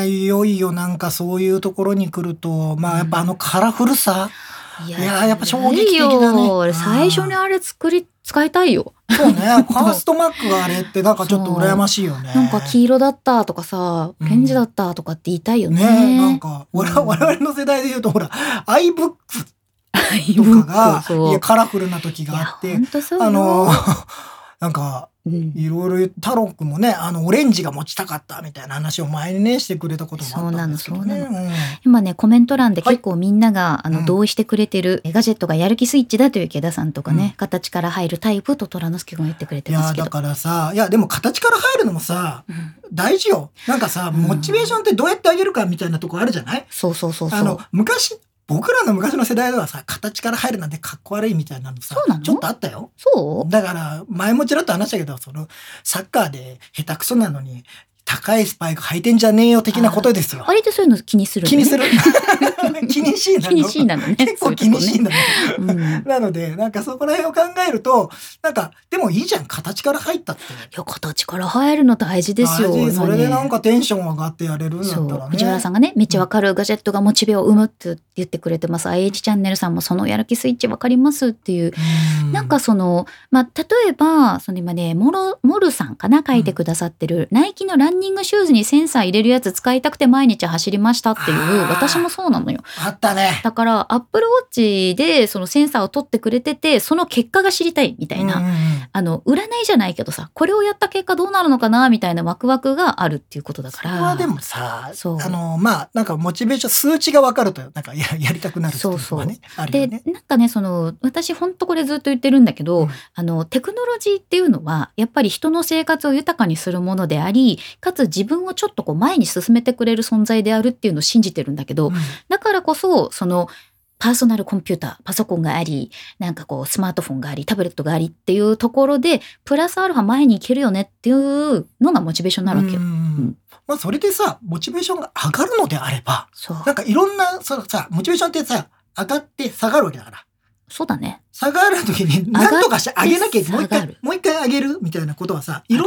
ね、いよいよなんかそういうところに来ると、まあやっぱあのカラフルさ。
い
いやーやっぱ衝撃
ずるいよ
的だね
俺最初にあれ作り使いたいよ
そう
[LAUGHS]
ね、ファースト Mac があれってなんかちょっと羨ましいよね。
なんか黄色だったとかさオレンジだったとかって言いたいよね,、
ねなんか、
うん
我々我々の世代で言うと、ほら、iBook と
[LAUGHS]
かが、いや、
と
カラフルな時があっ
いや
て
ほ、んとそうよ
あの、 [LAUGHS] なんか、
うん
いろいろ言う太郎くんもね、あの、オレンジが持ちたかったみたいな話を前にね、してくれたこともあったんですけどね。
そうな
の、
今ねコメント欄で
はい
結構みんなが、あ
う
の
ん
同意してくれてる、ガジェットがやる気スイッチだという池田さんとかね、形から入るタイプと虎之助君が言ってくれて
い
ます
や、
けど
だ。からさ、いや、でも形から入るのもさ、
うん
大事よ。なんかさ、
うん
モチベーションってどうやってあげるかみたいなとこあるじゃない、
そうそうそうそ
あの
う。、
昔、僕らの昔の世代ではさ、形から入るなんてかっこ悪いみたいなのさ
そうなの、
ちょっとあったよ。
そう
だから、前もちらっと話したけど、その、サッカーで下手くそなのに、高いスパイク履いてんじゃねえよ的なことですよ。
割とそういうの気にするの
気
ね、[LAUGHS]
にする。 [LAUGHS] 気にしいなの。
気にしいなのね。
[LAUGHS] 結構気にしいんだね。
そういうとこね。うん
なので、なんかそこら辺を考えると、なんか、でもいいじゃん、形から入ったって。
いや形から入るの大事ですよ。
大事それでなん
か
かテンション上がってやれるんだ
そ
った
う
らね。
藤原さんがねめっちゃわかるガジェットがモチベを生むって言ってくれてます、IH チャンネルさんもそのやる気スイッチわかりますっていう
う
なんか、その、まあ、例えば、その今ね、モロ、モルさんかな書いてくださってる、ナイキのランニングシューズにセンサー入れるやつ使いたくて毎日走りましたっていう
あ、ー
私もそうなのよ。
あったね。
だから、アップルウォッチでそのセンサーを取ってくれてて、その結果が知りたいみたいな。
うんうんうん
あの、占いじゃないけどさ、これをやった結果どうなるのかなみたいなワクワクがあるっていうことだ
そ
か
れ
ら。
はでもさ、あ
そう
の、まあ、なんかモチベーション、数値が分かると、なんかややりたくなるっていのがね、ある
で
よね。
なんかねその私ほんとこれずっと言ってるんだけど、
うん
あのテクノロジーっていうのはやっぱり人の生活を豊かにするものでありかつ自分をちょっとこう前に進めてくれる存在であるっていうのを信じてるんだけど、
うん
だからこそそのパーソナルコンピューターパソコンがありなんかこうスマートフォンがありタブレットがありっていうところでプラスアルファ前に行けるよねっていうのがモチベーションになるわけよ。
うん
うん
まあ、それでさ、モチベーションが上がるのであれば、
そう
なんかいろんな、そのさ、モチベーションってさ、上がって下がるわけだから。
そうだね
下がるときに
上がっ
何とかして上げなきゃいけない。もう一
下が
回
る、
もう一回上あげるみたいなことはさ、いろん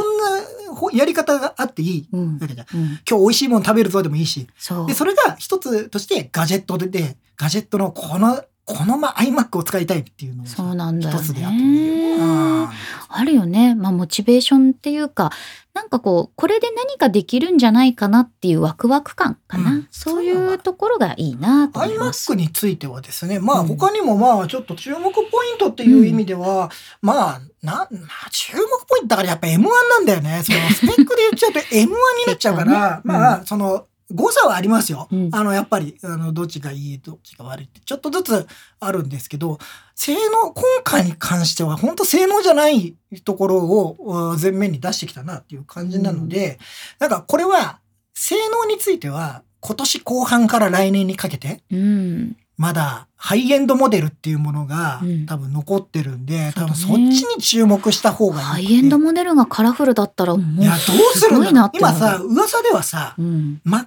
なほやり方があっていい
うん
わけじゃん。
うん
今日美味しいもの食べるぞでもいいし。
そう
で、それが一つとしてガジェットでで、ガジェットのこの、このま iMac を使いたいっていうのをさ
そうなんだよ
一つであってもいいよ
ね。あるよね。まあ、モチベーションっていうか、なんかこう、これで何かできるんじゃないかなっていうワクワク感かな。
うん
そういうところがいいなと思います。
iMac についてはですね、ま
う
あ
ん
他にもまあちょっと注目ポイントっていう意味では、まあ、な、まあ注目ポイントだからやっぱ M1 なんだよね。そのスペックで言っちゃうと M1 になっちゃうか
結
ら、
果ね
まあその誤差はありますよ。
うん
あのやっぱり、あのどっちがいい、どっちが悪いってちょっとずつあるんですけど、性能、今回に関しては本当性能じゃないところをうん前面に出してきたなっていう感じなので、なんかこれは性能については今年後半から来年にかけて、
うん。
まだハイエンドモデルっていうものが
うん
多分残ってるんで、
そう
多
だね
分そっちに注目した方がいい。
ハイエンドモデルがカラフルだったらも
いうや、どうす
す
る
ごい
ん
な
だ
ってなる
今さ、噂ではさ、
うん。
MacBook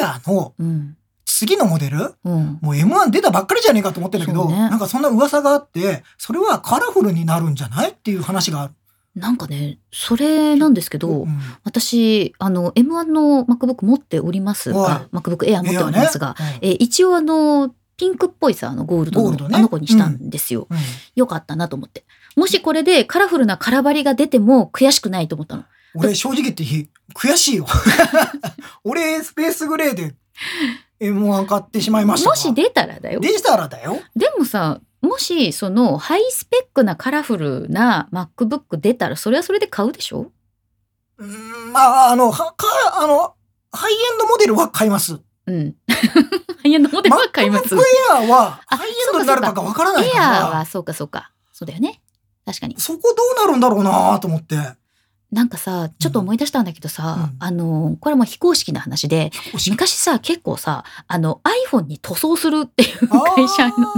Air の
うん。
次のモデル
うん。
もう M1 出たばっかりじゃねえかと思ってんだけど、
そうね
なんかそんな噂があって、それはカラフルになるんじゃないっていう話がある。
なんかね、それなんですけど、
ん
私、あの、M1 の MacBook 持っておりますが
は、
MacBook Air 持っておりますが、、
Air ね
えー一応あの、ピンクっぽいさ、あの、ゴールド
ゴ
の
ールドね
あの子にしたんですよ。
うんうん
良かったなと思って。もしこれでカラフルなカラバリが出ても悔しくないと思ったの。
俺正直言って悔しいよ。 [LAUGHS] 俺スペースグレーで M1 買ってしまいました
も
が。
し出たらだよ。
デ
で
ジタルだよ。
もさ、もしそのハイスペックなカラフルな MacBook 出たらそれはそれで買うでしょ
うーんまあ、あの、は、か、あの、ハイエンドモデルは買います。
うん。ハイエンドモデルは [LAUGHS] 買います。
MacBook
エ
Air は、
あ
ハイエンドになるかがわからないか
アーは
ら、
そうかそうか。そうだよね。確かに。
そこどうなるんだろうなと思って。
なんかさ、ちょっと思い出したんだけどさ、
うん
あの、これはもう非公式な話で、昔さ、結構さ、あの iPhone に塗装するっていう会社なかった。
あー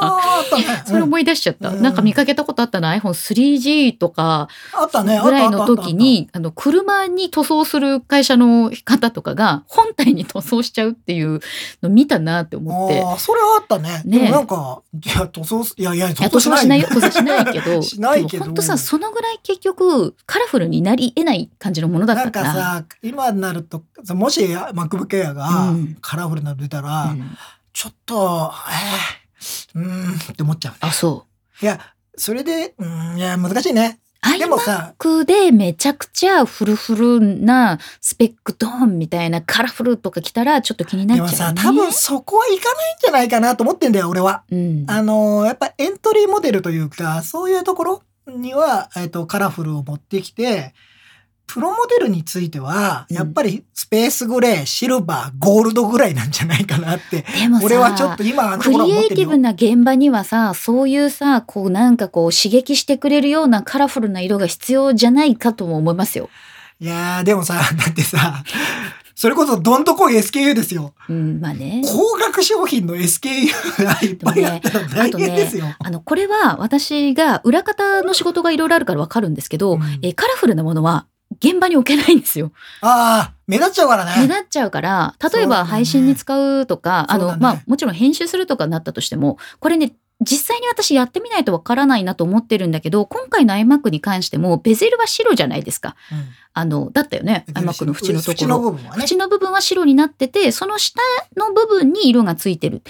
あったね。
それ
うん
思い出しちゃった。
うん
なんか見かけたことあったな iPhone3G とか
あったね。あっ
ぐ
た
らいの時に、あの、車に塗装する会社の方とかが、本体に塗装しちゃうっていうの見たなって
あ
思
っ
ったて
あった。あったあーそれはあったね。
ね
でもなんか、いや、塗装す、いやいや、
いや
塗
塗
装し
装
な
し
い
な
ね、
いよ、塗装しないけど。
[LAUGHS] しないけど
でも本当さ、そのぐらい結局、カラフルになり得ない感じのものだった
なん
か。
からさ、今になると、もし MacBook Air が
うん
カラフルなの出たら、
うん
ちょっと、えー、うーんって思っちゃうね。
あ、そう。
いや、それで、うーん、いや、難しいね。でも
iMac
さ、
でめちゃくちゃフルフルなスペックドーンみたいなカラフルとか来たらちょっと気になっ
で
ちゃう、
も
ね。
さ、多分そこはいかないんじゃないかなと思ってんだよ、俺は。
うん、
あのー、やっぱエントリーモデルというか、そういうところには、えっ、と、カラフルを持ってきて、プロモデルについては、
うん
やっぱりスペースグレー、シルバー、ゴールドぐらいなんじゃないかなって。
でもさ
俺はちょっと今、あの
ク
と
リ
ころは思
エ
っ
イ
て
テ
る
ィブ
よ。
な現場にはさそういうさこうなんかこう刺激してくれるようなカラフルな色が必要じゃないかとも思いますよ。
いやー、でもさ、 [LAUGHS] だってさ、それこそどんとこい SKU ですよ。
うん、まあね。
高額商品の SKU がいっぱいあったら大変ですよ。
あのこれは私が裏方の仕事がいろいろあるからわかるんですけど、
うん
えカラフルなものは現場に置けないんですよ。
ああ、目立っちゃうからね。
目立っちゃうから、例え
そうだ
ば
ね
配信に使うとか、あ
そう
の、
だね
まあもちろん編集するとかになったとしても、これね、実際に私やってみないとわからないなと思ってるんだけど、今回の iMac に関しても、ベゼルは白じゃないですか。あの、だったよね。
うん
iMac の縁のとこ
縁の
ろ。
部分はね。
縁の部分は白になってて、その下の部分に色がついてる。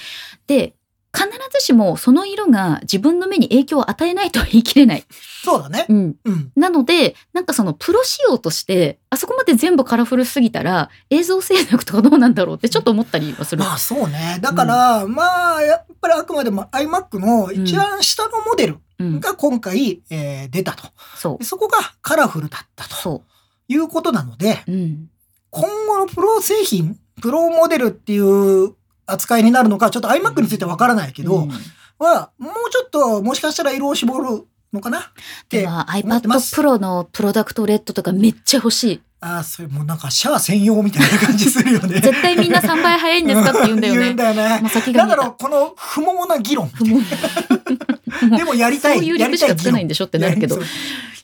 で、必ずしもその色が自分の目に影響を与えないとは言い切れない。
そうだね。
うん。
うん。
なので、なんかそのプロ仕様として、あそこまで全部カラフルすぎたら、映像制作とかどうなんだろうってちょっと思ったりはする。
まあそうね。だから、まあ、やっぱりあくまでも iMac の一番下のモデル
うん、
が今回、えー出たと。
そう
で。そこがカラフルだったと
そ
いうことなので、
う。うん。
今後のプロ製品、プロモデルっていう扱いになるのか、ちょっと iMac についてわからないけど、
うん
は、もうちょっと、もしかしたら色を絞るのかなって
では
思っ
iPad
てます。
Pro のプロダクトレッドとかめっちゃ欲しい。
ああ、それもうなんかシャア専用みたいな感じするよ
[LAUGHS]
ね。
絶対みんな3倍早いんですかって言うんだよ
[LAUGHS] 言う
ね
ん。だよね
もう先が
だ
見え
か
た
ら。この不毛な議論。
もうもう
でもやりたい。
そういう
や
略
り
したか
い
つけないんでしょってなるけど
やり。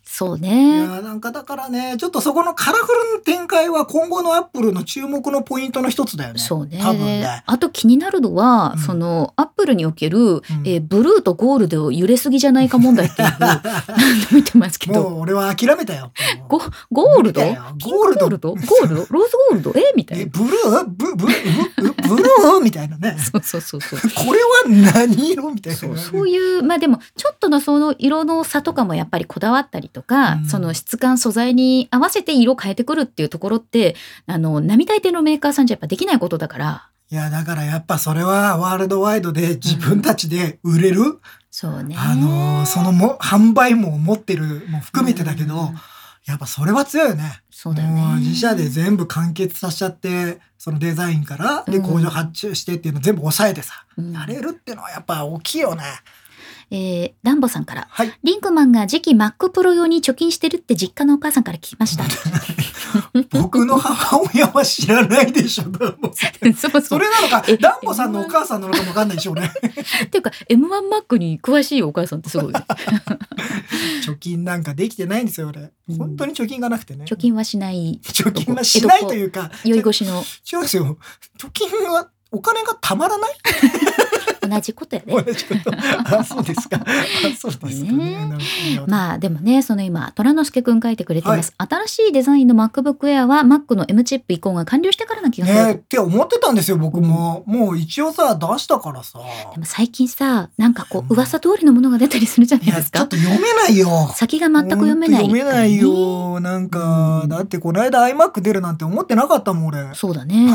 そう
い
ね。
やーなんかだからねちょっとそこのカラフルな展開は今後のアップルの注目のポイントの一つだよね。 [LAUGHS]
そうね
多分ね
あと気になるのは、
うん
そのアップルにおける、え
う
ーブルーとゴールドを揺れすぎじゃないか問題って
[LAUGHS]
いうのを [LAUGHS] 何度も見てますけ
んも
ど
う俺は諦めたよ。
ゴゴールド
見
ピ
た
ン
よ
ク
ゴールド
ゴールドゴ
[LAUGHS]
ールドローズゴールドえみたい
え
な。
ブルーブブブブブルー [LAUGHS] みたいなね。
そうそうそう
[LAUGHS]
そう。
これは何色みたいな。
そうそういうまあでもちょっとのその色の差とかもやっぱりこだわったりとか、
うん
その質感素材に合わせて色変えてくるっていうところってあの並大抵のメーカーさんじゃやっぱできないことだから
いやだからやっぱそれはワールドワイドで自分たちで売れる、
そうね
あのーそのも販売網を持ってるも含めてだけど、
うん
やっぱそれは強いよね。
そうだよね
もう自社で全部完結させちゃってそのデザインからで
うん
工場発注してっていうの全部抑えてさ、
うん
やれるってのはやっぱ大きいよね。
えーランボさんから
はい
リンクマンが次期 Mac Pro 用に貯金してるって実家のお母さんから聞きました。
僕の母親は知らないでしょダンボさん
[LAUGHS] そうそ。
そうれなのか
え
ダンボさんのお母さんなのかもわかんないでしょうね
っていうか M1 マックに詳しいお母さんって
[LAUGHS]
すごいね。
貯金なんかできてないんですよ俺
うん
本当に貯金がなくてね
貯金はしない
貯金はしないというか
酔い越しの
違うんですよ貯金はお金がたまらない
同じことやで
同。じことあそうですかあそうですか
ね
ねなるほど
まあでもねその今虎之介くん書いてくれてます、新しいデザインの MacBook Air は Mac の M チップ移行が完了してからな気がする、
ねえって思ってたんですよ僕も、もう一応さ出したからさ
でも最近さなんかこ
うん
う噂通りのものが出たりするじゃない
いや
です
ちょ
か
っと読めないよ
先が全く読めない、
ほんと読めないよなんか、
うん
だってこの間 iMac 出るなんて思ってなかったもん俺思
そうだね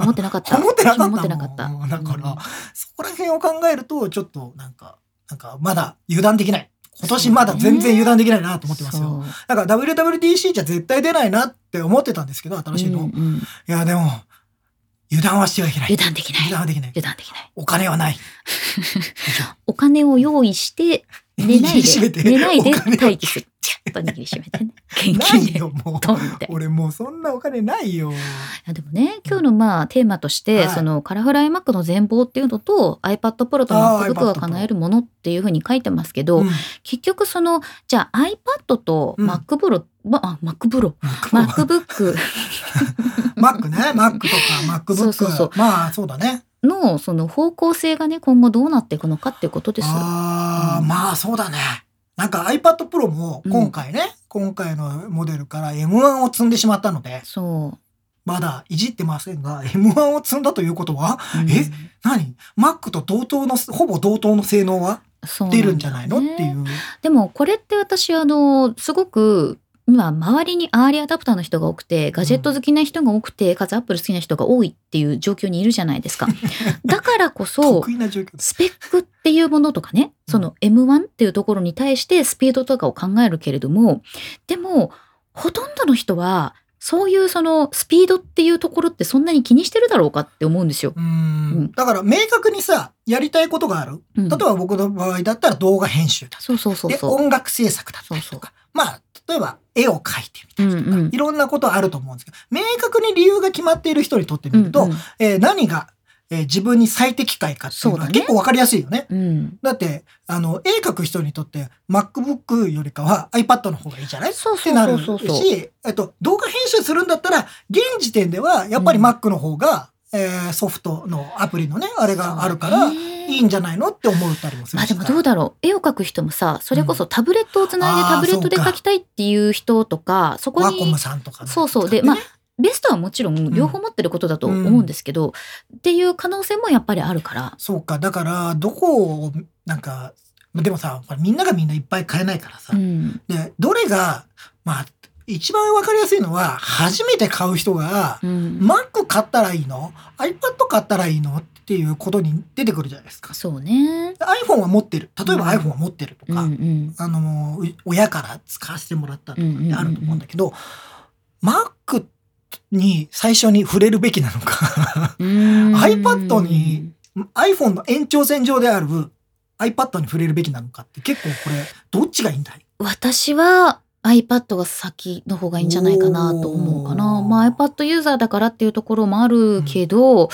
思ってなかった
ってなか
私
ったもん
も思ってなかった
だから、
うん
そこら辺を考えるとちょっとなんかなんかまだ油断できない今年まだ全然油断できないなと思ってますよ、
そう
だから WWDC じゃ絶対出ないなって思ってたんですけど新しいの、
うん
い
うん
やでも油断はしてはいけない
油断できない
油断はできない
油断できない
お金はない
お金を用意して寝ない
握りしめて
で寝ないで
お金を
待機するちょっと握りしめてね現
な
金
い
で [LAUGHS]
よもう
ドンみたいな
俺もうそんなお金ないよ
いやでもね今日のまあテーマとして、
はい
そのカラフル iMac の全貌っていうのと iPad Pro と
あー
MacBook が叶えるものっていうふうに書いてますけど、
うん
結局そのじゃあ iPad と
うん
MacBook、まあ
[LAUGHS]
MacBook MacBook
Mac ね Mac
[LAUGHS]
とか MacBook
そうそうそう
まあそうだね
のその方向性がね今後どうなっていくのかっていうことですよ。
ああ、
うん
まあそうだねなんか iPad Pro も今回ね、今回のモデルから M1 を積んでしまったので
そ
まだいじってませんが M1 を積んだということは
う、うん
え何 Mac と同等のほぼ同等の性能は
そう
出るんじゃないの、
なんだよ
って
ね
いう
でもこれって私あのすごく今周りにアーリーアダプターの人が多くてガジェット好きな人が多くて、かつアップル好きな人が多いっていう状況にいるじゃないです
[LAUGHS]
か。だからこそ
得意な状況です
スペックっていうものとかねその M1 っていうところに対してスピードとかを考えるけれどもでもほとんどの人はそういうそのスピードっていうところってそんなに気にしてるだろうかって思うんですよ。
う
うんん
だから明確にさやりたいことがある
うん
例えば僕の場合だったら動画編集だ
そうそうそう
で
そう。
音楽制作だったりとか
そうそ
まあ例えば絵を描いてみたりとか、
うんうん
いろんなことあると思うんですけど明確に理由が決まっている人にとってみると、
うん
えー何が、えー自分に最適解かっていう
そ
の
うだ
は
ね
結構わかりやすいよね。
うん、
だってあの絵描く人にとって MacBook よりかは iPad の方がいいじゃないっ
そうそ
て
う
なる
そうそう。
し、えっと、動画編集するんだったら現時点ではやっぱり
うん
Mac の方が、えーソフトのアプリのねあれがあるからい
ね
いんじゃないのって思ったりもする
まあ
し
でもどうだろう絵を描く人もさそれこそタブレットをつないで
あー
タブレットで
そうか
描きたいっていう人とかそこ
ワコ
に
ムさんとかの
そうそう
使っ
で
てね
まあベストはもちろん両方持ってることだと思うんですけど、っていう可能性もやっぱりあるから
そうかだからどこをなんかでもさほらみんながみんないっぱい買えないからさ、
うん
でどれがまあ一番わかりやすいのは初めて買う人が
うん
Mac 買ったらいいの iPad 買ったらいいのっていうことに出てくるじゃないですか。
そうね
iPhone は持ってる例えば
うん
iPhone は持ってると
うん
か、
うん
あのう親から使わせてもらったとかってあると思うんだけど、Mac に最初に触れるべきなのか
うーん
iPad に iPhone の延長線上である iPad に触れるべきなのかって結構これどっちがいいんだい
私は iPad が先の方がいいんじゃないかなと思うかな。
おー
まあ iPad ユーザーだからっていうところもあるけど、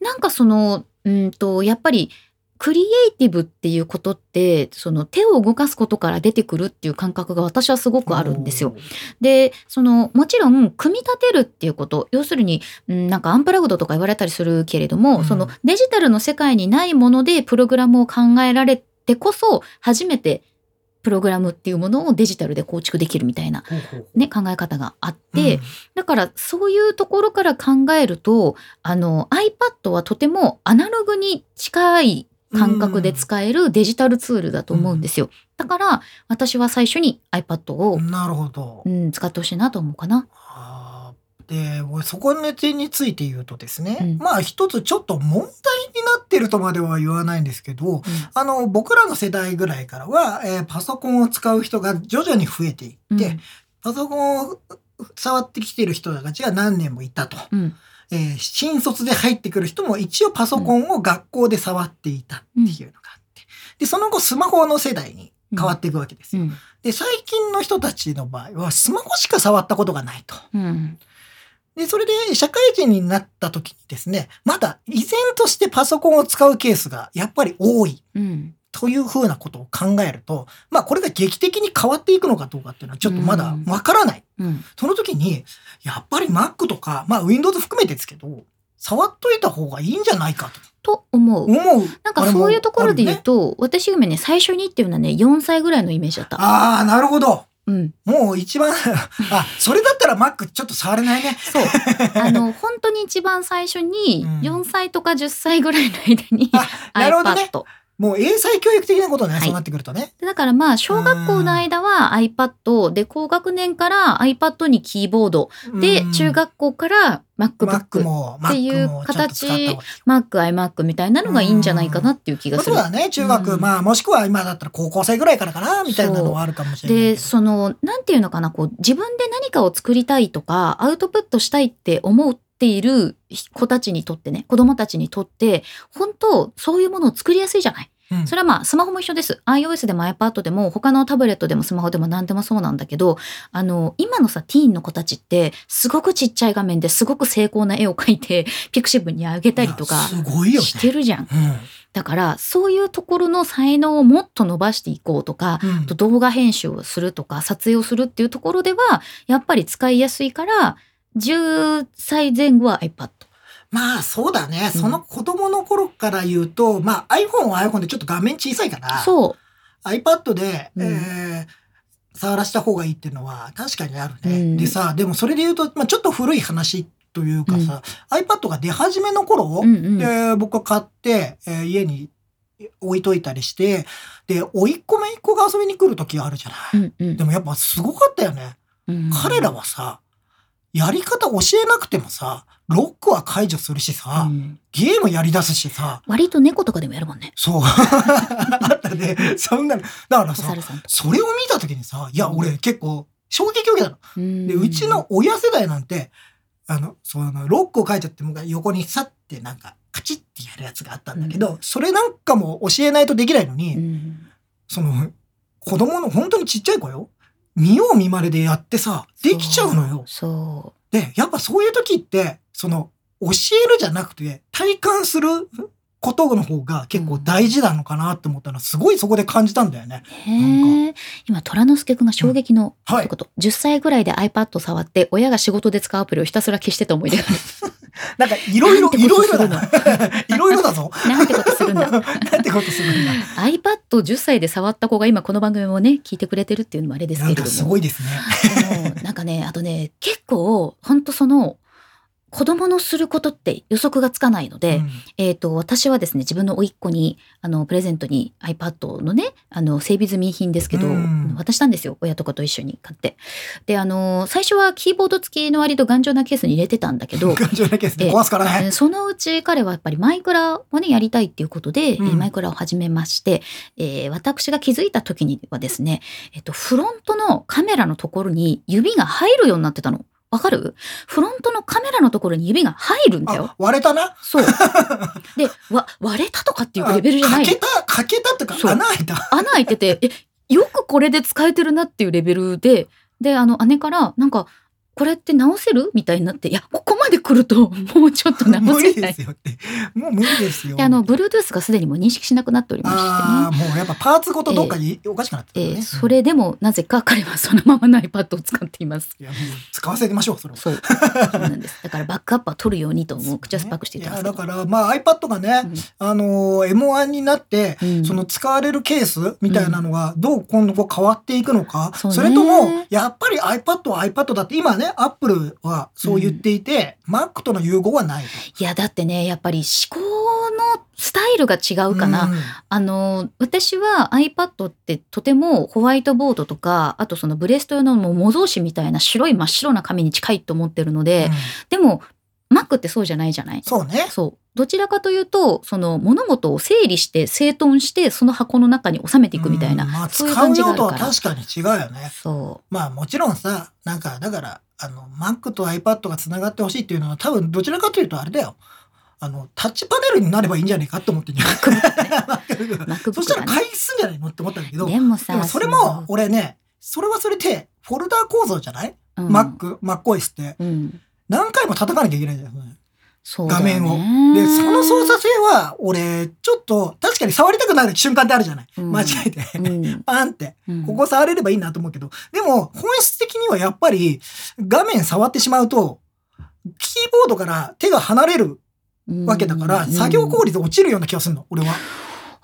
なんかその、うんと、やっぱりクリエイティブっていうことってその手を動かすことから出てくるっていう感覚が私はすごくあるんですよ。でそのもちろん組み立てるっていうこと要するに、うん、なんかアンプラグドとか言われたりするけれども、
うん
そのデジタルの世界にないものでプログラムを考えられてこそ初めてプログラムっていうものをデジタルで構築できるみたいな、
ほうほうほう
ね、考え方があっ
うん
て、だからそういうところから考えるとあの iPad はとてもアナログに近い感覚で使えるデジタルツールだと思うんですよ。だから私は最初に iPad を、
なるほど
う。ん、使ってほしいなと思うかな。
あーで俺そこの点について言うとですね、
うん
まあ一つちょっと問題になってるとまでは言わないんですけどあの僕らの世代ぐらいからは、えーパソコンを使う人が徐々に増えていって、
うん
パソコンを触ってきてる人たちが何年もいたと、
うん
えー新卒で入ってくる人も一応パソコンを学校で触っていたっていうのがあって、でその後スマホの世代に変わっていくわけです
う
よ、
ん
で最近の人たちの場合はスマホしか触ったことがないと。
うん
で、それで社会人になった時にですね、まだ依然としてパソコンを使うケースがやっぱり多い
うん
というふうなことを考えると、まあこれが劇的に変わっていくのかどうかっていうのはちょっとまだわからない。
うん
その時に、やっぱり Mac とか、まあ Windows 含めてですけど、触っといた方がいいんじゃないかと
と思う。
思う。
なんかそういうところで言う
あれも
と、私夢ね最初にっていうのはね4歳ぐらいのイメージだった。
あるねあー、なるほど。
うん、
もう一番、 [LAUGHS] あ、それだったら Mac ちょっと触れないね。 [LAUGHS]
そうあの本当に一番最初に
うん
4歳とか10歳ぐらいの間に
[LAUGHS] あなるほどね
iPad。
もう英才教育的なことね、
はい
そうなってくるとね。
でだからまあ小学校の間は iPad で高学年から iPad にキーボードで
うん
中学校から
Mac
MacBook
も
っていう
Mac もちょっと使った方がいい
MacIMac みたいなのがいいんじゃないかなっていう気がす
そう
る。
だね中学、
うん
まあもしくは今だったら高校生ぐらいからかなみたいなのはあるかもしれないけど
でそのなんていうのかなこう自分で何かを作りたいとかアウトプットしたいって思っている子たちにとってね子供たちにとって本当そういうものを作りやすいじゃない。
うん
それはまあスマホも一緒です iOS でも iPad でも他のタブレットでもスマホでも何でもそうなんだけどあの今のさティーンの子たちってすごくちっちゃい画面ですごく精巧な絵を描いてピクシブにあげたりと
い
か
やすごいよね
してるじゃん。
う
だからそういうところの才能をもっと伸ばしていこうとか
んうん
あと動画編集をするとか撮影をするっていうところではやっぱり使いやすいから10歳前後は iPad。
まあそうだね、
うん
その子供の頃から言うとまあ iPhone は iPhone でちょっと画面小さいから
そ
iPad で、
うん
えー触らした方がいいっていうのは確かにあるね、
うん
でさでもそれで言うと、まあ、ちょっと古い話というかさ、iPad が出始めの頃、
う。うんうん。
で僕は買って、えー家に置いといたりしてで甥っ子姪っ子が遊びに来る時あるじゃない、
うんうん
でもやっぱすごかったよね、
うん
彼らはさやり方教えなくてもさロックは解除するしさ、
うん
ゲームやりだすしさ
割と猫とかでもやるもんね。
そう [LAUGHS] あったねそんなのだから
お
さ
猿さんとか。
それを見た時にさいや
うん
俺結構衝撃を受けたの。
で
でうちの親世代なんてあのそのロックを書いちゃってもう横にさってなんかカチッてやるやつがあったんだけど、それなんかも教えないとできないのに、
うん
その子供の本当にちっちゃい子よ見よう見まねでやってさできちゃうのよ。
そ
でやっぱそういう時ってその教えるじゃなくて体感することの方が結構大事なのかなって思ったのはすごいそこで感じたんだよね。
う。へえ。今、虎之介くんが衝撃の
は
一
い、
言。10歳ぐらいで iPad 触って、親が仕事で使うアプリをひたすら消してた思い出があ
[LAUGHS]
る。
なんかいろいろいろいろだ
な
な
[LAUGHS]
いろいろだぞ。
なんてことするん
[LAUGHS]
だ。
なんてことするんだ。
iPad10 歳で触った子が今この番組もね、聞いてくれてるっていうのもあれですけ
な
れ
ん
ど
か
も。
すごいですね。
あのなんかね、あとね、結構、本当その、子供のすることって予測がつかないので、
うん
えー、と私はですね自分の甥っ子にあのプレゼントに iPad のねあの整備済み品ですけど、
うん
渡したんですよ親とかと一緒に買って。であの最初はキーボード付きの割と頑丈なケースに入れてたんだけど
感情だけですね。
ええ
壊すから
え
ね。
ーそのうち彼はやっぱりマイクラをねやりたいっていうことで、えー
うん
マイクラを始めまして、えー私が気づいた時にはですね、えっとフロントのカメラのところに指が入るようになってたの。わかるフロントのカメラのところに指が入るんだよ
あ。、割れたな。 [LAUGHS]
そう。で、わ、割れたとかっていうレベルじゃな
あ
い
かけ。た、かけたってか、
そう
穴開
[LAUGHS]
いた。
穴開いてて、え、よくこれで使えてるなっていうレベルで、で、あの、姉から、なんか、これって直せるみたいになっていやここまで来るともうちょっと直
無理
せな
で
い
すよって。もう無理ですよ。
であの Bluetooth がすでにもう認識しなくなっておりま
あ
し
あ、もうやっぱパーツごとどっかにおかしくなって
て
る
ね、
ね、
えーそれでもなぜか彼はそのままの iPad を使っています
いやもう使わせましょうそれは。
そう [LAUGHS] そうなんですだからバックアップは取るようにともう口は酸っぱくしていたん
い
で
や
す
だからまあ iPad がね、あのー M1 になって、
うん
その使われるケースみたいなのがどう今後変わっていくのか、
そうね
それともやっぱり iPad は iPad だって今ね Apple はそう言っていて、Mac との融合はないと。
いやだってねやっぱり思考のスタイルが違うかな、
ん
あの私は iPad ってとてもホワイトボードとかあとそのブレスト用のもう模造紙みたいな白い真っ白な紙に近いと思ってるので、
うん
でも Mac ってそうじゃないじゃない
そうね。
そうどちらかというとその物事を整理して整頓してその箱の中に収めていくみたいな、
うんまあ、使
そういう
う
感じがあ
用
る
途
か
は
ら
確かに違うよね。
そ
まあもちろんさなんかだからあの Mac と iPad がつながってほしいっていうのは多分どちらかというとあれだよあのタッチパネルになればいいんじゃないかって思ってんじゃ
う
ない
MacBook
[LAUGHS] そしたら
がね
回数じゃないのって思ったんだけどで
でもさ
もそれも俺ねそれはそれでフォルダー構造じゃない、
そのうん
Mac、MacOS って
うん
何回も叩かなきゃいけないじゃん。
そうだよね
画面をでその操作性は俺ちょっと確かに触りたくなる瞬間ってあるじゃない、
うん
間違えて、
うん
パンって。
うん
ここ触れればいいなと思うけど、でも本質的にはやっぱり画面触ってしまうと、キーボードから手が離れるわけだから、
うん
作業効率落ちるような気がするの、俺は。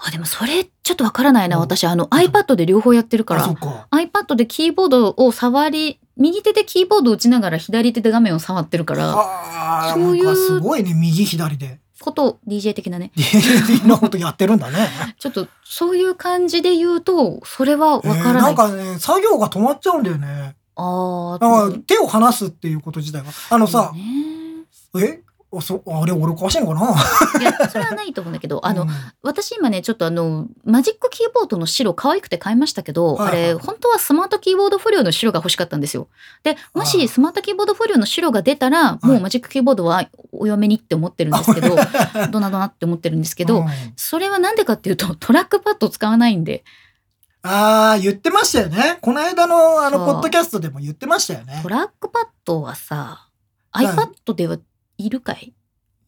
あでもそれちょっとわからないな
うん
私あの iPad で両方やってるか
あそ
ら
うか。
iPad でキーボードを触り右手でキーボードを打ちながら左手で画面を触ってるから
ああ、
そういう
なんかすごいね、右左で。 [LAUGHS]
こと DJ 的なね
DLD のことやってるんだね。
ちょっとそういう感じで言うとそれ [LAUGHS] はわ
え
か
ー
ら
な
ない、
んかね、作業が止まっちゃうんだよね。
あ
な
あ
んか手を離すっていうこと自体が。あのさ、
ね、
えあそあれ俺おかしいのかない
やそれはないと思うんだけどあの、
うん
私今ねちょっとあのマジックキーボードの白可愛くて買いましたけど、
はいはい
あれ本当はスマートキーボードフォリオの白が欲しかったんですよでも
ああ
しスマートキーボードフォリオの白が出たら、
い
もうマジックキーボードはお嫁にって思ってるんですけどどなどなって思ってるんですけど、
うん
それはなんでかっていうと [LAUGHS] トラックパッド使わないんで
ああ、言ってましたよね。この間の、あの、
そう
ポッドキャストでも言ってましたよね
ト。ラックパッドはさ
い
iPad ではいるかい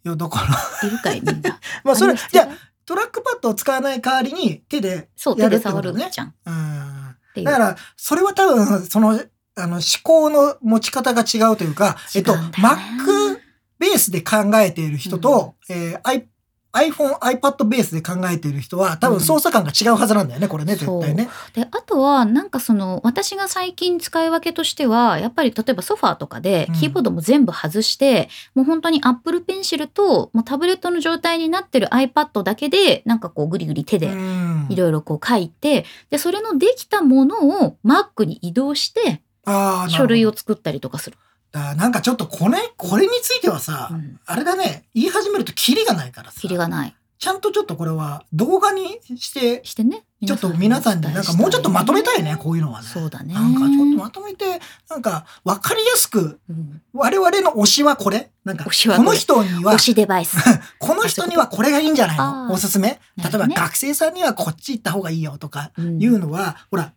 いや、だから、
いるかいみんな
[LAUGHS] まあ、それ、
あ
じ
必要
ゃあトラックパッドを使わない代わりに、手で、
そう手
やる
で
ってこ
触る
とね
じゃんっ
うん。
ていう
だから、それは多分、その、あの、思考の持ち方が違うというか、えっと、
違うんだよね
Mac ベースで考えている人と、えー I- iPhone、iPad ベースで考えている人は、多
う
分
ん
操作感が違うはずなんだよね、これね、絶対ね。
であとはなんかその私が最近使い分けとしてはやっぱり例えばソファーとかで
うん
キーボードも全部外して、もう本当にアップルペンシルともうタブレットの状態になってる iPad だけでなんかこうグリグリ手で
うん
いろいろこう書いてでそれのできたものを Mac に移動して
あーなるほど
書類を作ったりとかする。
だからなんかちょっとこれ、これについてはさ、
うん
あれだね、言い始めるとキリがないからさ。
キリがない
ちゃんとちょっとこれは動画にして、
してね
ちょっと皆さんになんかもうちょっとまとめたいね、こういうのはね。
そうだね
なんかちょっとまとめて、なんかわかりやすく、
うん
我々の推しはこれなんか、こ
推しはこれ
の人には
推、しデバイ
[LAUGHS]
ス
この人にはこれがいいんじゃない
あ
の
ー
おすすめ。
なるほ
例えば
どね
学生さんにはこっち行った方がいいよとか
うん
いうのは、ほら、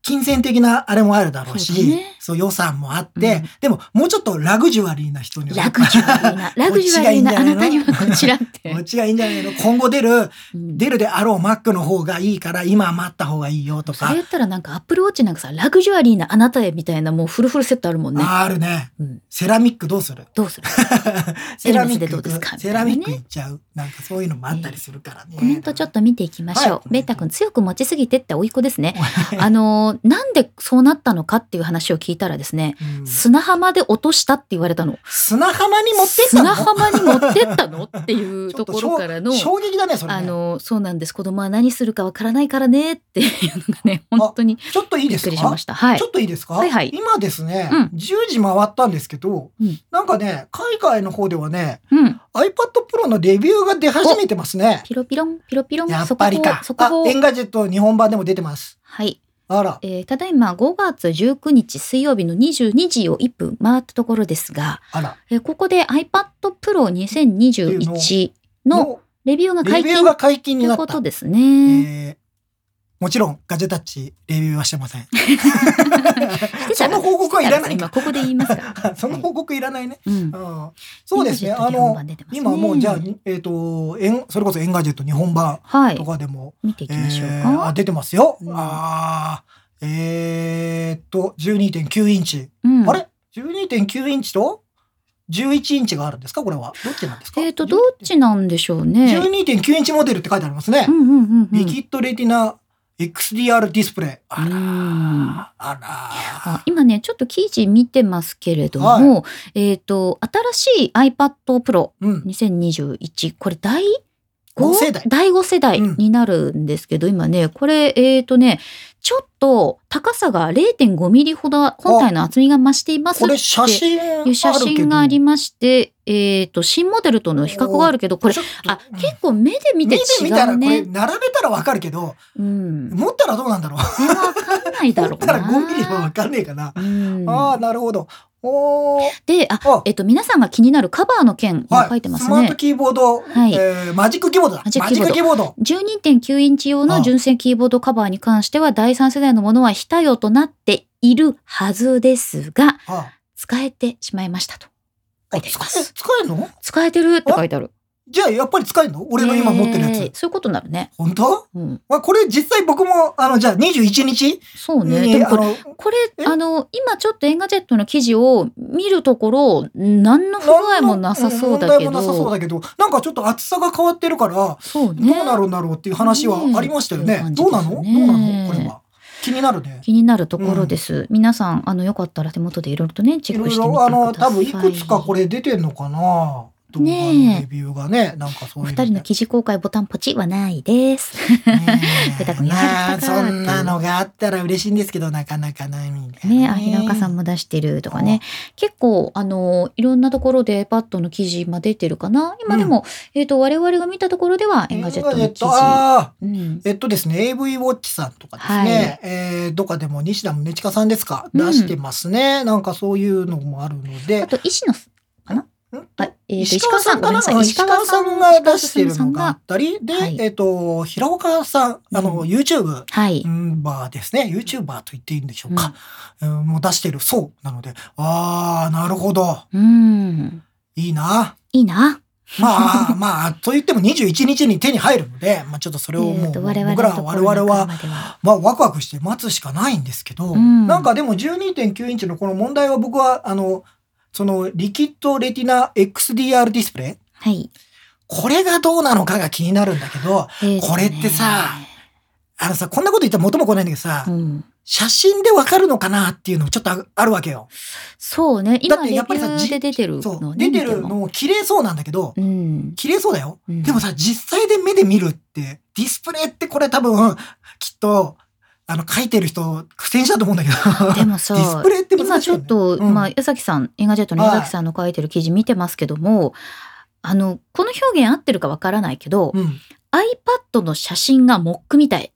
金銭的なあれもあるだろうし、
そうだね
そう予算もあって、
うん
でももうちょっとラグジュアリーな人には、
ラグジュアリー
[LAUGHS]
なラグジュアリーなあなたにはこちらっ
こ
て
っ。ちがいいんじゃないの今後出る、
うん
出るであろうマックの方がいいから今は待った方がいいよと
それ
か
言ったらなんかアップルウォッチなんかさラグジュアリーなあなたへみたいなもうフルフルセットあるもんね。
あるね
うん、
セラミックど
[LAUGHS]
うする
どうする
セラミック
エルメスでどうですか
セラミッ
みた
ク
い
い
な
っちゃうなんかそういうのもあったりするからね、
コメントちょっと見ていきましょう。
はい
ベータ君強く持ちすぎてっておいっ子ですね。
[LAUGHS] と
あのーなんでそうなったのかっていう話を聞いたらですね砂浜で落としたって言われたの。
砂浜に持ってった
砂
の
浜に持ってったのって
[LAUGHS]
いうところからの。
衝撃だねそれね
あのーそうなんです子供は何するかわからないからねっていうのがね本当に
ちょっといい
び
で
っ
す
く
か
りしました。はい
ちょ、っといいですか、
はいはい
今ですね、
うん
10時回ったんですけど、
うん
なんかね海外の方ではね
うん、
iPad Pro のレビューが出始めてますね
ピロピロンピロピロン
やっ
速報
ぱりか。
速
あ
報、
エンガジェット日本版でも出てます。
はい
あら。
えーただいま5月19日水曜日の22時を1分回ったところですが、
あら。
えーここで iPad Pro 2021のレビューが
レ
解
ビ
禁
ューが解禁
と
に
い
な
う
っ
こ
た
と。ですね。
えーもちろんガジェタッチレビューはし
[LAUGHS]
てません。
してた
そ
ら
の報告はいらない
今
か。
ここで言いますから。
[LAUGHS] その報告いらないね。
うん
うん、そうですね。あの、今もうじゃあ、えっ、と、えん、それこそエンガジェット日本版
はい
とかでも、
見ていきましょう
えーあ
か。
出てますよ。
うん
あーえーっと、12.9インチ。
うん
あれ ?12.9 インチと11インチがあるんですかこれは。どっちなんですか
えっとどっちなんでしょうね。
?12.9 インチモデルって書いてありますね
うん。うんうんう
リ
ん。
キッドレティナ XDR ディスプレイ。あらー
うん
あらー
あ今ねちょっと記事見てますけれども、
は
えっ、と新しい iPad Pro
うん。
2021これ第
5
5
世代。
第5世代
うん
になるんですけど、今ねこれえっ、とねちょっと高さが0.5ミリほど本体の厚みが増しています
これ写真ある
い
けど。
う写真がありまして、えっ、と新モデルとの比較があるけどこれ
ちょっと
あ、
うん
結構目で見て
見て
違
みたら
う
これ
ね。
並べたらわかるけど、
うん。
持ったらどうなんだろう。
これはわかんないだ
持
ろ
っ
う
[LAUGHS] たら
な。
5ミリはわかんねえかな。
うん、
ああ、なるほど。おー
で、あ、
あ
えっと、皆さんが気になるカバーの件、今
はい
書いてます
スマート
ね。
キーボード、
はい
えーマジックキーボードだ。
マジッ
マ
クキ
ジ
ー
ッ
ボード
クキーボード。
12.9インチ用
ああ
の純正キーボードカバーに関しては、第3世代のものは非対応となっているはずですが、
あ
使えてしまいましたと。
あ
書いてありま
使え
す。
使えるの
使えてるって書いてある。
じゃあやっぱり使えるの俺の今持ってるやつ。
えーそういうことになるね。
本当
うん。
まあ、これ実際僕も、あの、じゃあ21日
そうね。
に、
でも
あ
これ、
の、
こ
え
れ、あの、今ちょっとエンガジェットの記事を見るところ、何の不具合もなさそうだけ
うん問題もなさそう
ど、
だけど、なんかちょっと厚さが変わってるから、
そう
どう
ね。
なるんだろうっていう話はありましたよね。
ね
どうなのどう
ね
なのこれは。気になるね。
気になるところです。皆さん、あの、よかったら手元でいろいろとね、チ
い
ェッ
ろ
ク
い
してみてく
ろ、
ださ
あ
い。
の、多分いくつかこれ出てんのかな動画
ね
の
え
レビューがね、なんかそ
お
ういうね。
二人の記事公開ボタンポチはないです。
[LAUGHS] ねえ
ペタコに
まあ、
入ったか
そ
っていうん
なのがあったら嬉しいんですけど、なかなかないみたいな
ね、あ、平岡さんも出してるとかね。結構、あの、いろんなところで iPad の記事、今出てるかな今でも、えっ、と、我々が見たところでは、エンガジェットの記事。
ああ、
うん。
えっとですね、AV ウォッチさんとかですね、えーどこかでも西田宗近さんですか、
うん
出してますね。なんかそういうのもあるので
あ、と、石野さんかなあ、えっ、と、
石
石
川
川
さ
さ
ん
ん、
か
ごめん
な
なさい。
石川さんが出してるのがあっ
が、
たり、で、
はい
えっと、平岡さん、あの、
うん
YouTube
はい。
バーですね、YouTuber と言っていいんでしょうか、うんもう出してるそうなので、あー、なるほど、
うん。
いいな。
いいな。
まあまあ、と言っても21日に手に入るので、まあちょっとそれをもう、
[LAUGHS] えーと我々の
僕らは
とこ
我
ろ
々
に来るまで
は
は
まあ、ワクワクして待つしかないんですけど、
うん
なんかでも12.9インチのこの問題は僕は、あの、そのリキッドレティナ XDR ディスプレイ
はい。
これがどうなのかが気になるんだけど、
えーとね
これってさ、あのさ、こんなこと言ったら元も子もないんだけどさ、
うん、
写真でわかるのかなっていうのもちょっとああるわけよ。
そうね。
だ
今
っ
レ
て
ビ
や
ュ
っぱりさ
ーで出てる
そ
の
う。
ね。
出てる
見も。
の綺麗そうなんだけど、
うん。
綺麗そうだよ。
うん
でもさ、実際で目で見るって、ディスプレイってこれ多分、きっと、あの、書いてる人、苦戦したと思うんだけど。
でもさ
ディスプレイって難
今
しい
ち
よ
ょっ
ね
と、
うん
まあ、江崎さん、エンガジェットの江崎さんの書いてる記事見てますけども、あの、この表現合ってるかわからないけど、
うん。
iPad の写真がモックみたい。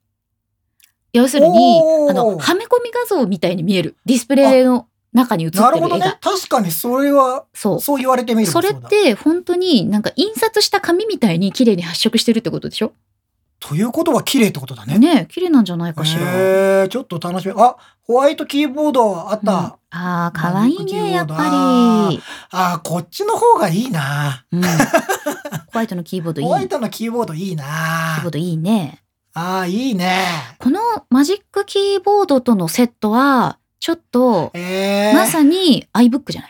要するに
お、ー
あの、はめ込み画像みたいに見える。ディスプレイの中に映ってる
なる
絵
ほ
が。
どね。確かにそれは、
そう。
そう言われてみれば
それ
う
っ
だ。
て本当になんか印刷した紙みたいに綺麗に発色してるってことでしょ
ということは綺麗ってことだね。
ね綺麗なんじゃないかしら。
えー、ちょっと楽しみ。あ、ホワイトキーボードあった。
うんああ、かわいいね、やっぱ
マジ
り。
あ、こっちの方がいいな。 [LAUGHS]
うんホワイトのキーボードいい。
ホ
キ
ワイ
ー
トのキーボードいい
ボー
な。
ドいいね。
あー、いいね。
このマジックキーボードとのセットは、ちょっと、
えー。
まさに iBook じゃな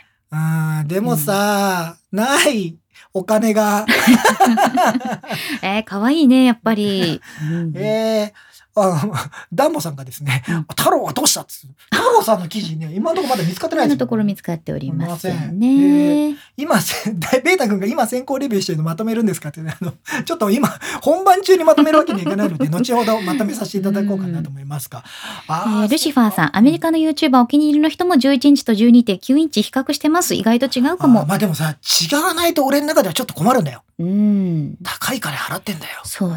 い
うん、でもさ、ない、お金が。
えー、かわいいね、やっぱり。うん
[LAUGHS] えー、あダンボさんがですね、
うん
太郎はどうしたっつう太郎さんの記事ね、今のところまだ見つかってな
今
い
のところ見
つ
つかっておりません
すいませ
ね。
今せ、ベータ君が今先行レビューしてるのまとめるんですかってね、あの、ちょっと今、本番中にまとめるわけにはいかな
[LAUGHS]
いので、後ほどまとめさせていただこうかなと思いますが。
え
あ
ールシファーさん、アメリ
カ
カの YouTuber お気に入りの人も11インチと12.9インチ比較してます。意外と違うかも。
まあでもさ、違わないと俺の中ではちょっと困るんだよ。
うん。
高い金払ってんだよ。 [LAUGHS]
そうね。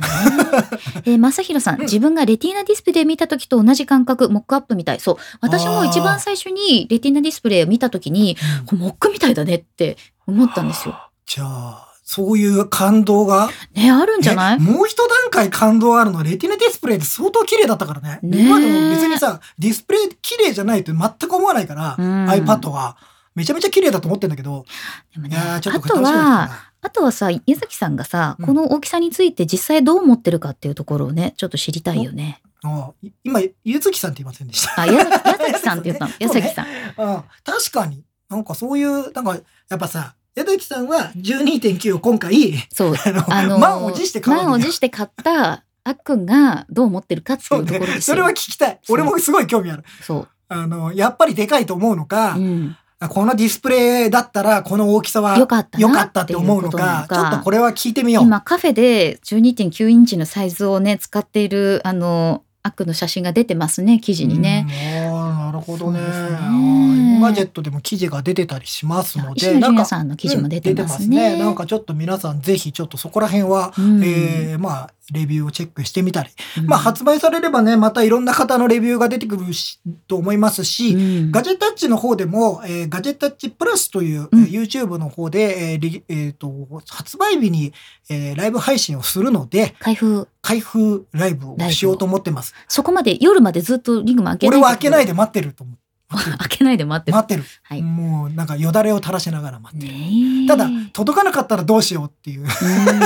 えー、正弘さん、
うん
自分がレティーナディスプレイ見た時と同じ感覚、モックアップみたい。そう。私も一
あー
番最初にレティーナディスプレイを見た時に、
うん
これモックみたいだねって思ったんですよ。
じゃあ、そういう感動が。
ね、あるんじゃない
ねもう一段階感動あるのはレティナディスプレイって相当綺麗だったからね。
ねえ
今でも別にさ、ディスプレイ綺麗じゃないって全く思わないから、
うん
iPad は。めちゃめちゃ綺麗だと思ってんだけど、
でも
い
ね
やー
あ
ちょっと
とは、あとはさ、矢崎さんがさ、
うん
この大きさについて実際どう思ってるかっていうところをね、ちょっと知りたいよね。
もう今、ゆずきさんって言いませんでした。
あ、矢
[LAUGHS]
崎矢崎さんって言ったの。
そ
矢
うね
崎さん。
うん確かに。なんかそういう、なんか、やっぱさ、矢崎さんは12.9を今回、
そう。
あの、
あのー、
満を持して買うんだ
満を持して買った、あっくんがどう思ってるかって
そ
いううところ
ね。
です
そ
よ。
れは聞きたい。
そう
俺もすごい興味ある。
そう。
あの、やっぱりでかいと思うのか
う、ん。
このディスプレイだったら、この大きさは
よかったな。
良かったって思うのか、ちょっとこれは聞いてみよう。
今カフェで12.9インチのサイズをね、使っている、あの、アックの写真が出てますね、記事にね。
うん。ああ、なるほどね。
そうですね
はいガジェットでも記事が出てたりしますの
石
で、
野純
なん
也
か、
さんの記事も出てます
うん出
ね。
なんかちょっと皆さんぜひちょっとそこら辺は、
うん、
えーまあ、レビューをチェックしてみたり、まあ、発売されればね、またいろんな方のレビューが出てくるしと思いますし、
うん
ガジェタッチの方でも、えーガジェタッチプラスという、
うん
えー YouTube の方で、えーリえーと発売日に、えーライブ配信をするので、
開封
開封ライブをしようと思ってます。
そこまで夜までずっとリングも開けない
俺は開けな
で
いで待ってると思う。待って
[LAUGHS]
る
開けないで待ってる、
待ってる。
はい
もうなんかよだれを垂らしながら待ってる。
ねえ
ただ、届かなかったらどうしようっていう
うん
企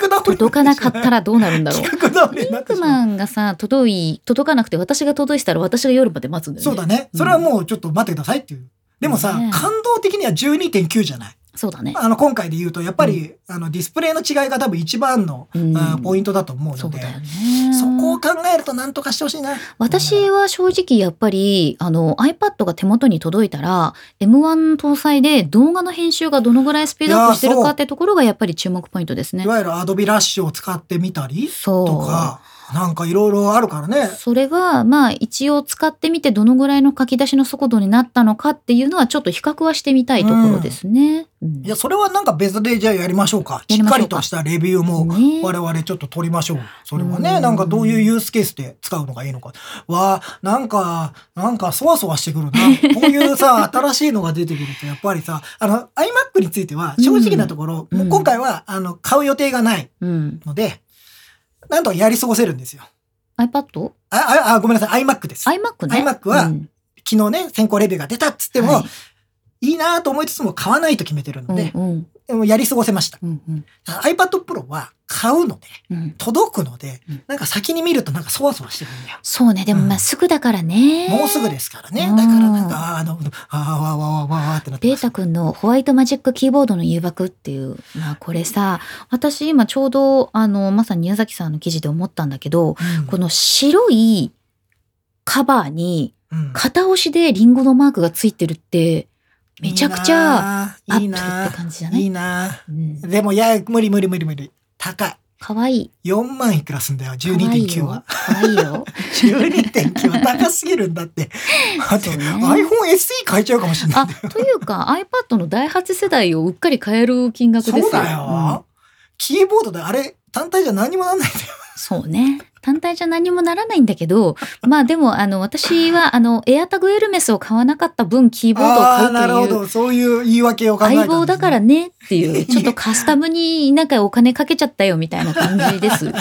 画倒れ
届かなかった
ら
らどうなるんだろう
[LAUGHS] 企画倒れ
リ
にな
ン
って
ク
しまう
マンがさ届い届かなくて私が届いてたら私が夜まで待つんだよね
そうだね。それはもうちょっと待ってくださいっていう。でもさ、
ね
感動的には12.9じゃない。
そうだね、
あの、今回で言うと、やっぱり、あの、ディスプレイの違いが多分一番の、
うん
あポイントだと思う
そう
ので、
だよね
そこを考えると何とかしてほしいな。
私は正直やっぱりあの iPad が手元に届いたら M1 搭載で動画の編集がどのぐらいスピードアップしてる
いや
か
そう
ってところがやっぱり注目ポイントですね
い。わゆるアドビラッシュを使ってみたり
そう
とか、なんかいろいろあるからね。
それはまあ一応使ってみてどのぐらいの書き出しの速度になったのかっていうのはちょっと比較はしてみたいところですね。うん
いや、それはなんか別でじゃあやりましょうか。
や
し
り
っ
ましょ
か
うか
りとしたレビューも
ね
我々ちょっと取りましょう。それはね、
うん
なんかどういうユースケースで使うのがいいのか。わあ、なんか、なんかそわそわしてくるな。こうい
[LAUGHS]
うさ、新しいのが出てくるとやっぱりさ、あの、iMac については正直なところ、
うん
もう今回はあの、買う予定がない
うん、
ので、なんとかやり過ごせるんですよ。
iPad?iMac
あ、あ、あごめんなさい、iMac です。
ね。
iMac は
うん
昨日ね、先行レビューが出たっつっても、、
はい
いなぁと思いつつも買わないと決めてるので、
うんうん
でもやり過ごせました。
うんうん
ただ iPad Pro は買うので、
うん
届くので、
うん
なんか先に見るとなんかそわそわしてくるんだよ。
そうねでもま
う
あ
ん
すぐだからね。
もうすぐですからね。
うん
だからなんか、あの、あーわーわーわーわーわーってなって
ベ
ま
ー
す。
タ君のホワイトマジックキーボードの誘惑っていう、まあこれさ、私今ちょうど、あの、まさに宮崎さんの記事で思ったんだけど、
うん
この白いカバーに
うん
片押しでリンゴのマークがついてるって、めちゃくちゃ
ゃ
アッ
いい
プルっ
な
て感じじゃ
ぁ
ない
い
い
いな
うん
ぁ、でも、いや、無理無理無理無理。高い。
かわいい。
4万いくらすんだよ、
かわいい
12.9は
よ。。かわいいよ。
12.9は高すぎるんだって。だって、
そうね
iPhone SE 変えちゃうかもしれない
あ。、というか iPad の第8世代をうっかり買える金額ですよ。
そうだよ、
うん
キーボードであれ単体じゃ何もなんないんだよ。
そうね。単体じゃ何もならないんだけど、 [LAUGHS] まあでも、あの、私は、あの、エアタグエルメスを買わなかった分、キーボードを
あ
買
あーなる
う
ほ
という、
どそういう言い訳を考えたんで
相
すね
棒だからねっていう、ちょっとカスタムになんかお金かけちゃったよみたいな感じ
[LAUGHS]
です。うん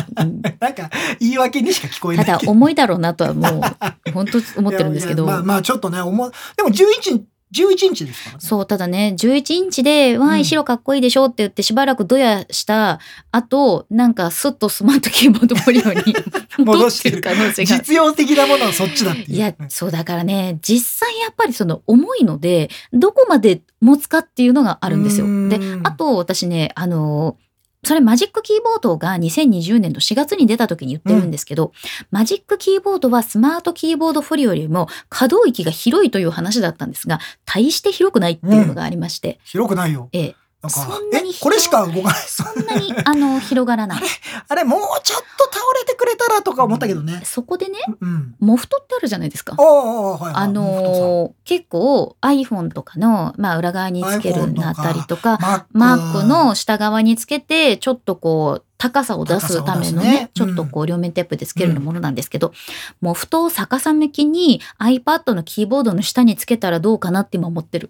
なんか言い訳にしか聞こえな
た
い
だ、重いだろうなとはもう、本当思ってるんですけど
いやいや。まあまあちょっとね思うでも11日11インチですからね
そう、ただね、11インチで、わ
うん
ーい、白かっこいいでしょって言ってしばらくドヤした後、なんかスッとスマートキーボードポリオに [LAUGHS] 戻
戻
っ
してて
る
る
可能性が。
実用的なものはそっちだっていう
いや、そうだからね、実際やっぱりその重いので、どこまで持つかっていうのがあるんですよ
うー。ん
で、あと私ね、あのーそれマジックキーボードが2020年の4月に出た時に言ってるんですけど、マジックキーボードはスマートキーボードフォリオよりも可動域が広いという話だったんですが、大して広くないっていうのがありまして、
広くないよ
ええ
なんか
そんなに
えこれしか動かない
そんなにあの広がらない。
あれもうちょっと倒れてくれたらとか思ったけどね
そこでね、
うん
モフトってあるじゃないですか。
ああはいはい
あのー結構 iPhone とかの、まあ、裏側につける
iPhone とか
なったりとか
マ
マークの下側につけてちょっとこう高さを出すためのねち
高さを出すねうん
ょっとこう両面テープでつけるようなものなんですけど、もうふと逆さ向きに iPad のキーボードの下につけたらどうかなって今思ってる。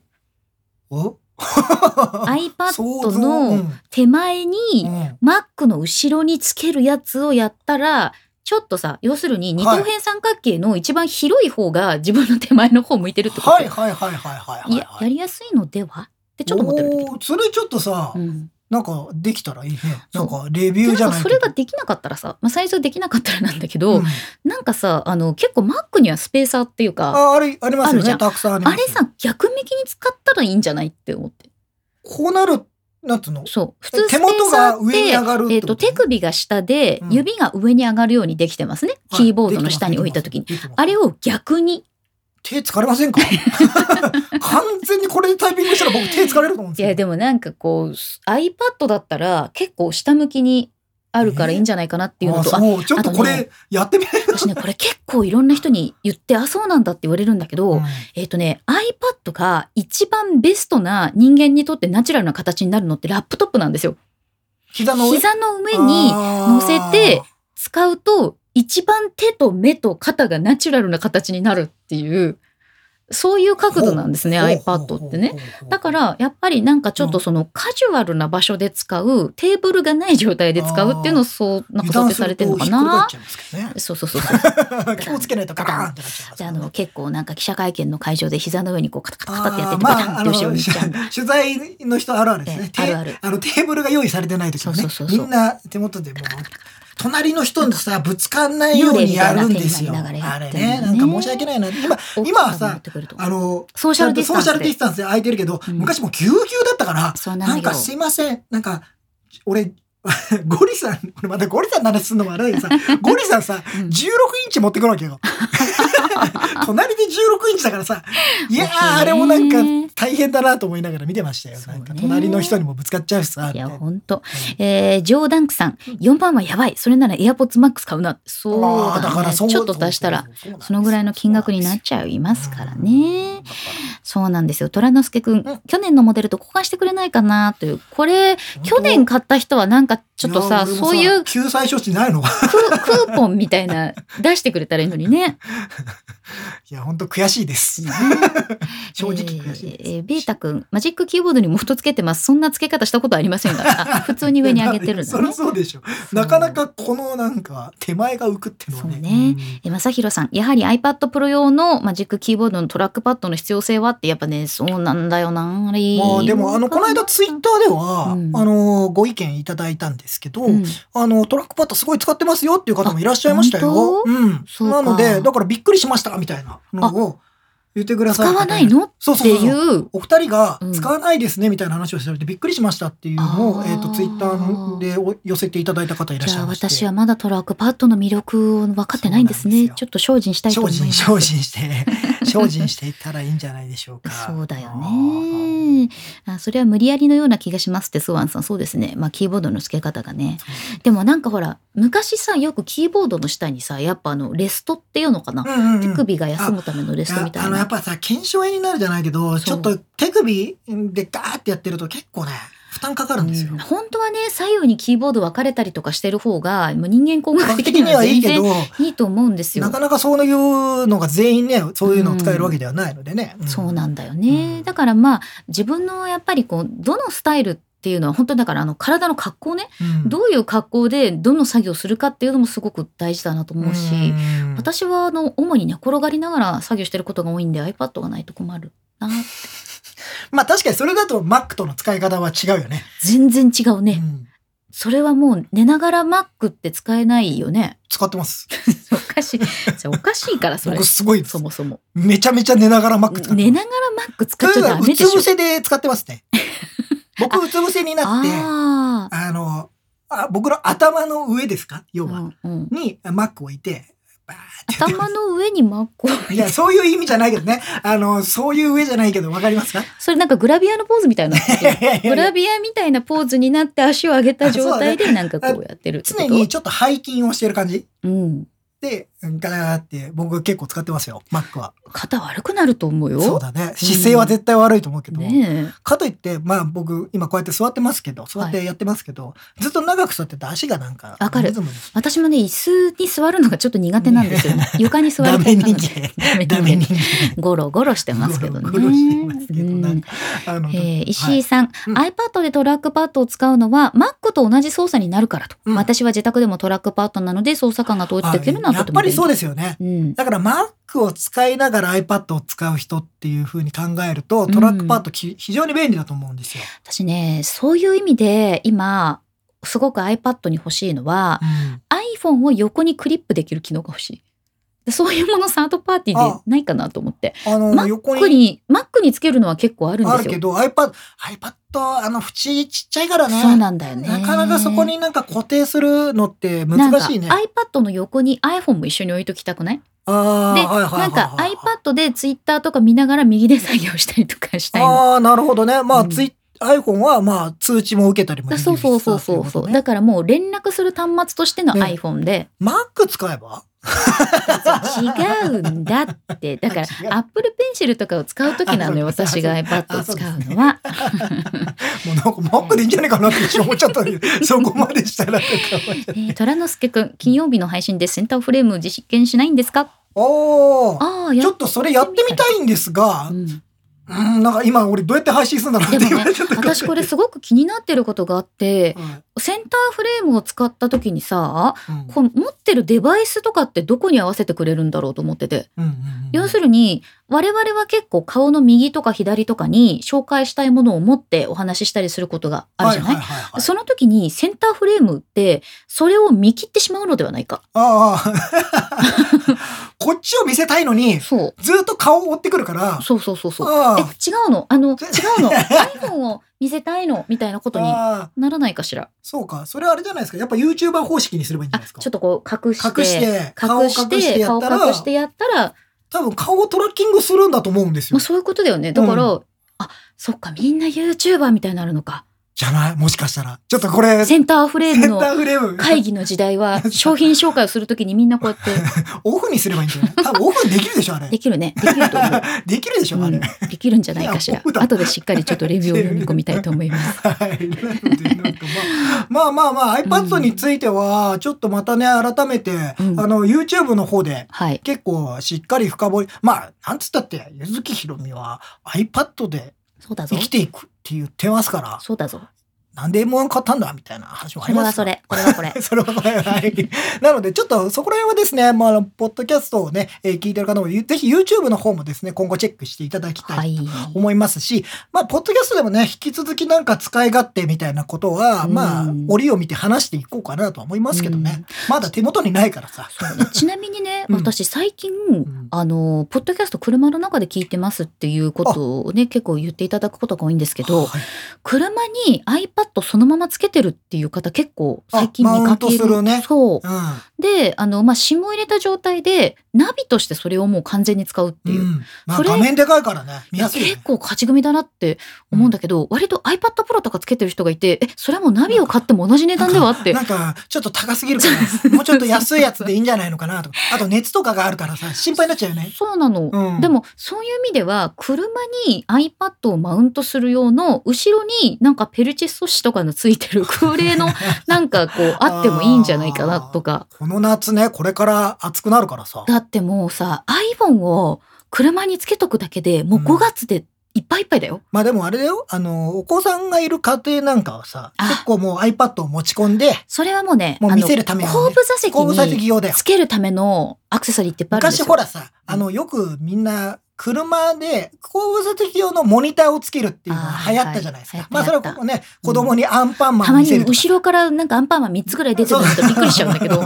お
iPad
う
の
ん
手前
う
に
ん
Mac の後ろにつけるやつをやったらちょっとさ要するに二等辺三角形の一番広い方が自分の手前の方向いてるってこと、
はいはいはいはいはいはい
いややりやすいのではってちょっと思ってるんだけど
おーそれちょっとさ、
うん
なんかできたらいいね
そ
な
うん
かレビ
で
ュ
な
ー
ん
じゃ
か
な
そ
いけど
れができなかったらさ、まあ、最初できなかったらなんだけど、
うん
なんかさあの結構 Mac にはスペーサーっていうかあ
ああれあります
あ
よ
るじゃ
ね
ん
たくさんあります
れさ逆向きに使ったらいいんじゃないって思って
こうなるなんつうの
そう普通スペ
手
ー
元
サ
が
ーっ
上に上
て
がる
え
っ
ってと
こと
手首が下で
うん
指が上に上がるようにできてますね、
はい
キーボードの下に置いた時に
できてます
あれを逆に
手疲れま
[LAUGHS]
せんか完全にこれでタイピングしたら僕手疲れると思うんです
い
よ
やでもなんかこう iPad だったら結構下向きにあるからいいんじゃないかなっていうのと、
あ
あ
そうちょっとこ
あとね
れやってみない
私ねこれ結構いろんな人に言ってあそうなんだって言われるんだけど、
うん
えっ、とね iPad が一番ベストな人間にとってナチュラルな形になるのってラップトップなんですよ。
膝の上
膝の上に乗せて使うと一番手と目と肩がナチュラルな形になるっていうそういう角度なんですね iPad ってね。だか、らやっぱりなんかちょっとそのカジュアルな場所で使うテーブルがない状態で使うっていうのをそうなんか想定されてるのかな。そうそうそうそう。 [LAUGHS]
な気をつけないとガターンってなっちゃいます
じゃああ
からね
の結構なんか記者会見の会場で膝の上にこうカタカタカタってやって
あ
て
ー
バタン
ま
って
あ、の
後ろに行っちゃうんだ。
取材の人あるあるです
ええ
ね。
あるある
テーあのテーブルが用意されてない時もね
そうそうそうそう
みんな手元でもう隣の人にさぶつかんないようにやるんですよ。
幽霊みたいな
あ
手
れ
になりながらやってる
ね
のね
なんか申し訳ないな今今はさあの
ソーシャルディスタンスで
ソーシャルディスタンスで空いてるけど、
うん
昔もうぎゅうぎゅうだったから
そうな
なんん
よ
かすいませんなんか俺 [LAUGHS] ゴリさんこれまたゴリさんの話すんのもあれだけどさ
[LAUGHS]
ゴリさんさ
うん
16インチ持ってくるわ
[LAUGHS]
けよ。隣で16インチだからさいやーあれもなんか大変だなと思いながら見てましたよ。
そう
な
ね
んか隣の人にもぶつかっちゃうしさ。
いや
みたいな
本当、えー、ジョーダンクさん4番はやばいそれなら AirPods Max 買うなそう
あーだ
だ,、
から
ね、
そう
ちょっと足したらそのぐらいの金額になっちゃいますからね。そうなんですよ虎之助くん、
うん
去年のモデルと交換してくれないかなというこれ去年買った人はなんかちょっとさそういうク
救済処置ないの
クーポンみたいな出してくれたらいいのにね。
[LAUGHS] いや本当悔しいです。 [LAUGHS] 正直悔しい
えーえー
です。
ベータ君マジックキーボードにも元つけてますそんなつけ方したことありませ
[LAUGHS]
んがあ普通に上に上げてる
そ
の
りゃ
ね
そうでしょ。なかなかこのなんか手前が浮くってのはね。
そうねえー正弘さんやはり iPad Pro 用のマジックキーボードのトラックパッドの必要性はってやっぱねそうなんだよなあれ
うんまあでもあのこの間ツイッターでは、
うん
あのご意見いただいたんですけど、
うん
あのトラックパッドすごい使ってますよっていう方もいらっしゃいました
あ
よ
本。
うん、
そうか
なのでだからびっくりしましたみたいなのを言ってくだ
使
さる方
わないのっ
そうそ
て
うそう
い
そう
う
お二人が
うん
使わないですねみたいな話をされてびっくりしましたっていうの
あ
を、
ー
えっとツイッターでお寄せていただいた方いらっ
じ
し
ゃ
ゃい
あ
まして
私はまだトラックパッドの魅力を分かってないんです
そう
ね
なんですよ
ちょっと精進したいと思
精
いま
進
す
精進して
[LAUGHS]
精進していったらいいんじゃないでしょうか。
そうだよ
あー
ねあそれは無理やりのような気がしますってスワンさんそうですねまあキーボードの付け方がねでもなんかほら昔さよくキーボードの下にさやっぱあのレストっていうのかな、
うんうんう
手
ん
首が休むためのレストみた
あ
い
のや
な
っぱさ腱鞘炎になるじゃないけどちょっと手首でガーってやってると結構ね負担かかるんですよ。
うん本当はね左右にキーボード分かれたりとかしてる方がもう人間工
科
学
学
的
的
に
に
は
はい
全
いけ
然
ど
いいと思うんですよ
な。かなかそういうのが全員ねそういうのを使えるわけではないのでね。
そうなんだよ
う
ね
ん
だからまあ自分のやっぱりこうどのスタイルっていうのは本当にだからあの体の格好ね、
うん
どういう格好でどの作業するかっていうのもすごく大事だなと思うし、
うん
私はあの主に寝転がりながら作業してることが多いんで iPad がないと困るな
まあ確かにそれだと Mac との使い方は違うよね。
全然違うね、
うん
それはもう寝ながら Mac って使えないよね
使ってます。
おかしいそれおかしいからそれ
僕すごいです
そ。もそも
めちゃめちゃ寝ながら Mac 使ってます。
寝ながら Mac 使っちゃダメでし
うつ伏
ょ
せで使ってます
[LAUGHS]
ね。僕うつ伏せになってあ
ああ
のあ僕の頭の上ですか要は。
うんうん
に Mac を置いて、バーってやってま
頭
す
の上に Mac を置い
い
て
や、そういう意味じゃないけどね。あの、そういう上じゃないけど、わかりま
[LAUGHS]
すか
それなんかグラビアのポーズみたいなグラビアみたいなポーズになって足を上げた状態でなんかこうやってるってこ
常
と、
にちょっと背筋をしてる感じ
うん
で、ガラガラって、僕結構使ってますよ、Mac は。
肩悪くなると思うよ。
そうだね。姿勢は絶対悪いと思うけど。
ね
かといって、まあ僕、今こうやって座ってますけど、座ってやってますけど、ずっと長く座ってて足がなんか、
わかる
リズムに
私もね、椅子に座るのがちょっと苦手なんです
[LAUGHS]
よね。床に座
ダ
りたい
メ
な
人
ので。
間。
ダ
ダ
メ
メ
に。
人間。
ゴロゴロしてますけど
ゴロゴロしてますけどなん
ね。
かあの
えー石井さん、
うん
iPad でトラックパッドを使うのは Mac と同じ操作になるからと、
うん
私は自宅でもトラックパッドなので操作感が統一できるの
あ
は
や
と
って
も
ぱりそう
で
ですよね。
す、うん、
だから Mac を使いながら iPad を使う人っていう風に考えるとトラックパッドき、非常に便利だと思うんですよ。
私ねそういう意味で今すごく iPad に欲しいのは iPhone を横にクリップできる機能が欲しいでそういうものサードパーティーでないかなと思って
あの
Mac
横
Mac
に
に Mac につけるのは結構あるん
あ
ですよ
るけど iPad iPad あの縁ちっちゃいからね
そうなんだよね
なかなかそこになんか固定するのって難しいね。
なんか iPad の横に iPhone も一緒に置いときたくない
あー
で、
はいはいはい
なんか
はい
iPad でツイッターとか見ながら右で作業したりとかしたいの。
ああなるほどね。まあ、
うん
ツイ iPhone はまあ通知も受けたりもで
だ
き
そ
る
う
し
そうそうそうそ、
さということね
だからもう連絡する端末としての
ね
iPhone
[LAUGHS]
で、
Mac 使えば
違うんだってだ
[LAUGHS]
から
違う
Apple Pencil とかを使う時なのよ
あそうか
私が
あ
iPad を
あそ
使
うです
う
ね
のは。
[LAUGHS] もうなんか Mac でいいんじゃないかなって一瞬思っちゃったんだけどそこまでしたらとか思
[LAUGHS]
っちゃっ
えー
た
虎之介くん金曜日の配信でセンターフレーム実験しないんですか
おー
ああや
ちょっとそれやってみたいんですが、
う
うんん、なんか今俺どうやって配信するんだろうって
で
言
も
わ
ね
れちゃったから
私これすごく気になってることがあって
うん
センターフレームを使った時にさ
うん
こう持ってるデバイスとかってどこに合わせてくれるんだろうと思ってて、
うんうんうん
要するに我々は結構顔の右とか左とかに紹介したいものを持ってお話ししたりすることがあるじゃない,、
はいはいはいはい
その時にセンターフレームってそれを見切ってしまうのではないか。
ああ [LAUGHS] こっちを見せたいのに
そう
ずっと顔を追ってくるから
そうそうそうそう。
あ
え
あ
違うのあ
[LAUGHS]
の違うの iPhone を見せたいのみたいなことに
ああ
ならないかしら。
そうかそれはあれじゃないですかやっぱ YouTuber 方式にすればいいん
あ
じゃないですか
ちょっとこう隠して
隠して顔を
隠
隠
し
して
て
や
顔
ったら
隠してやったら
多分顔をトラッキングするんだと思うんです
ま
よ
あ、そういうことだよね。だから、
う
あ、そっか、みんな YouTuber みたいになるのか。
じゃないもしかしたらちょっとこれセ
センターフレーム
ンタ
の
ーフレーム
会議の時代
[LAUGHS]
は、商品紹介をするときにみんなこうやっ
オフにすればいいん
[LAUGHS]
じゃない多分オフにできるでしょあれ
て、できるね。できると思う。
できるでしょ、
う
あ
ん
れ。
できるんじゃないかし
い
ら
やそう。だ
後でしっかりちょっとレビューを読み込みたいと思います。
はい。なのでなんかまあ、まあまあまあ、iPad については、ちょっとまたね、改めて、
うん
あの、YouTube の方で、
はい。
結構しっかり深掘り、まあ、なんつったって、ゆずきひろみは iPad で
そうだぞ
生。きていくって言ってますから、
そうだぞ。
なんで M1 買ったんだみたいな話もあ
そ
り
れ
ま
は
すか
そ
ら。
れ。これは
[LAUGHS]
これ。
それはそれはい。 [LAUGHS] なので、ちょっとそこら辺はですね、まあ、ポッドキャストをね、えー聞いてる方も、ゆぜひ YouTube の方もですね、今後チェックしていただきたい
はい。
思いますし、まあ、ポッドキャストでもね、引き続きなんか使い勝手みたいなことは、
うん
まあ、折を見て話していこうかなとは思いますけどね。
うん
まだ手元にないからさ。
そうね [LAUGHS] ちなみにね、
うん
私最近、
ん
あの、ポッドキャスト車の中で聞いてますっていうことをね、結構言っていただくことが多いんですけど、
はい
車に iPad そのままつけてるっていう方結構最近
あ
見かける
マウントするね
そううんであの、まあ、SIM を入れた状態でナビとしてそれをもう完全に使うっていう、
うんま
そ
あ、
れ
画面でかいからね、見やすいよ
結
ね。
構勝ち組だなって思うんだけど、割と iPad Pro とかつけてる人がいてえそれはもうナビを買っても同じ値段ではって
なんか、ちょっと高すぎるから、もうちょっと安いやつでいいんじゃないの
[LAUGHS]
かなとか。あと、熱とかがあるからさ、心配になっちゃうよね。
そうなの、
うん
でもそういう意味では車に iPad をマウントする用の後ろになんかペルチェ素子とかのついてる空冷
[LAUGHS]
のなんかこうあってもいいんじゃないかなとか
この夏ね、これから暑くなるからさ。
だってもうさ iPhone を車につけとくだけでもう
うん
5月でいっぱいいっぱいだよ。
まあでもあれだよ、あの、お子さんがいる家庭なんかはさ、
あ
結構もう iPad を持ち込んで、
それはもうね
もう
あの
見せるためのね
後部座席
後部座席
に
用だよ
つ。けるためのアクセサリーっていっぱいあるんです
昔
よ。
ほらさ、あの、よくみんな、車で後部座席用のモニターをつけるっていうの
あ
が
ー
流行ったじゃないです
は
か
い。
まあそ
流行
れ
った
はね、子供にアンパンマ
た
ン
ま
見
に
せるとか
後ろからなんかアンパンマン3つぐらい出てくるとびっくりしちゃうんだけ
[LAUGHS]
ど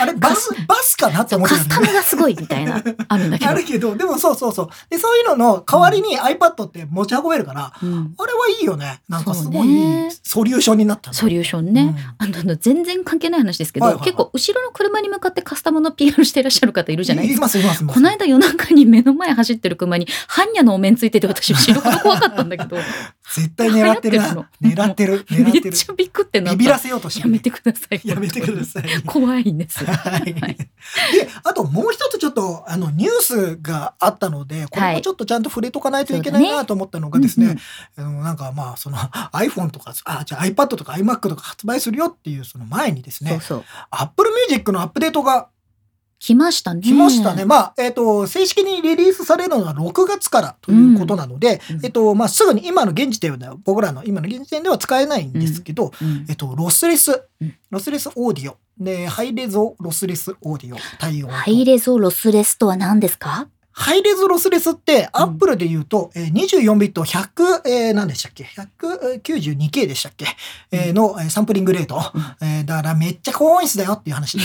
あれ、バス、バスかなって
そう
思っ
カ
てた
ス
ん
タ
だよね
ムがすごいみたいなあ
[LAUGHS]
るんだけど
あ。るけど、でもそうそうそう。で、そういうのの代わりに iPad って持ち運べるから、
うん
あれはいいよね。なんかすごい
そうね
ソリューションになったね
ソリューションね、
うん
あのあの全然関係ない話ですけど、
はいはいはい
結構後ろの車に向かってカスタムの PR してらっしゃる方いるじゃないです
い
か。
ます、います、います
この間夜中に目の前走ってる車に般若のお面ついてて
[LAUGHS]
私死ぬほど怖かったんだけど
絶対狙ってるな。
流行
狙っ
って
る。
[LAUGHS]
狙
め
っ
って
る。
ちゃびくってなった
ビビらせようとして
やめてください
やめてください。
[LAUGHS] 怖いんです
はいであともう一つちょっとあのニュースがあったのでこれもちょっとちゃんと触れとかないといけないなと思ったのがですね、あのなんかまあその [LAUGHS] iPhone とかあじゃあ iPad とか iMac とか発売するよっていうその前にです
うんうんそう
ね
そう。
Apple Music のアップデートが
来ましたね。
来ましたね、まあえっ、と正式にリリースされるのは6月からということなので、
うんうん
えっ、とまあすぐに今の現時点では僕らの今の現時点では使えないんですけど、
うん
えっと、ロスレス
うん、
ロスレスオーディオ、で、ハイレゾロスレスオーディオ対応と。
ハイレゾロスレスとは何ですか
ハイレゾロスレスって、アップルで言うと、えー24ビット100、えー何でしたっけ ?192K でしたっけ、えーのえーサンプリングレート。えーだからめっちゃ高音質だよっていう話。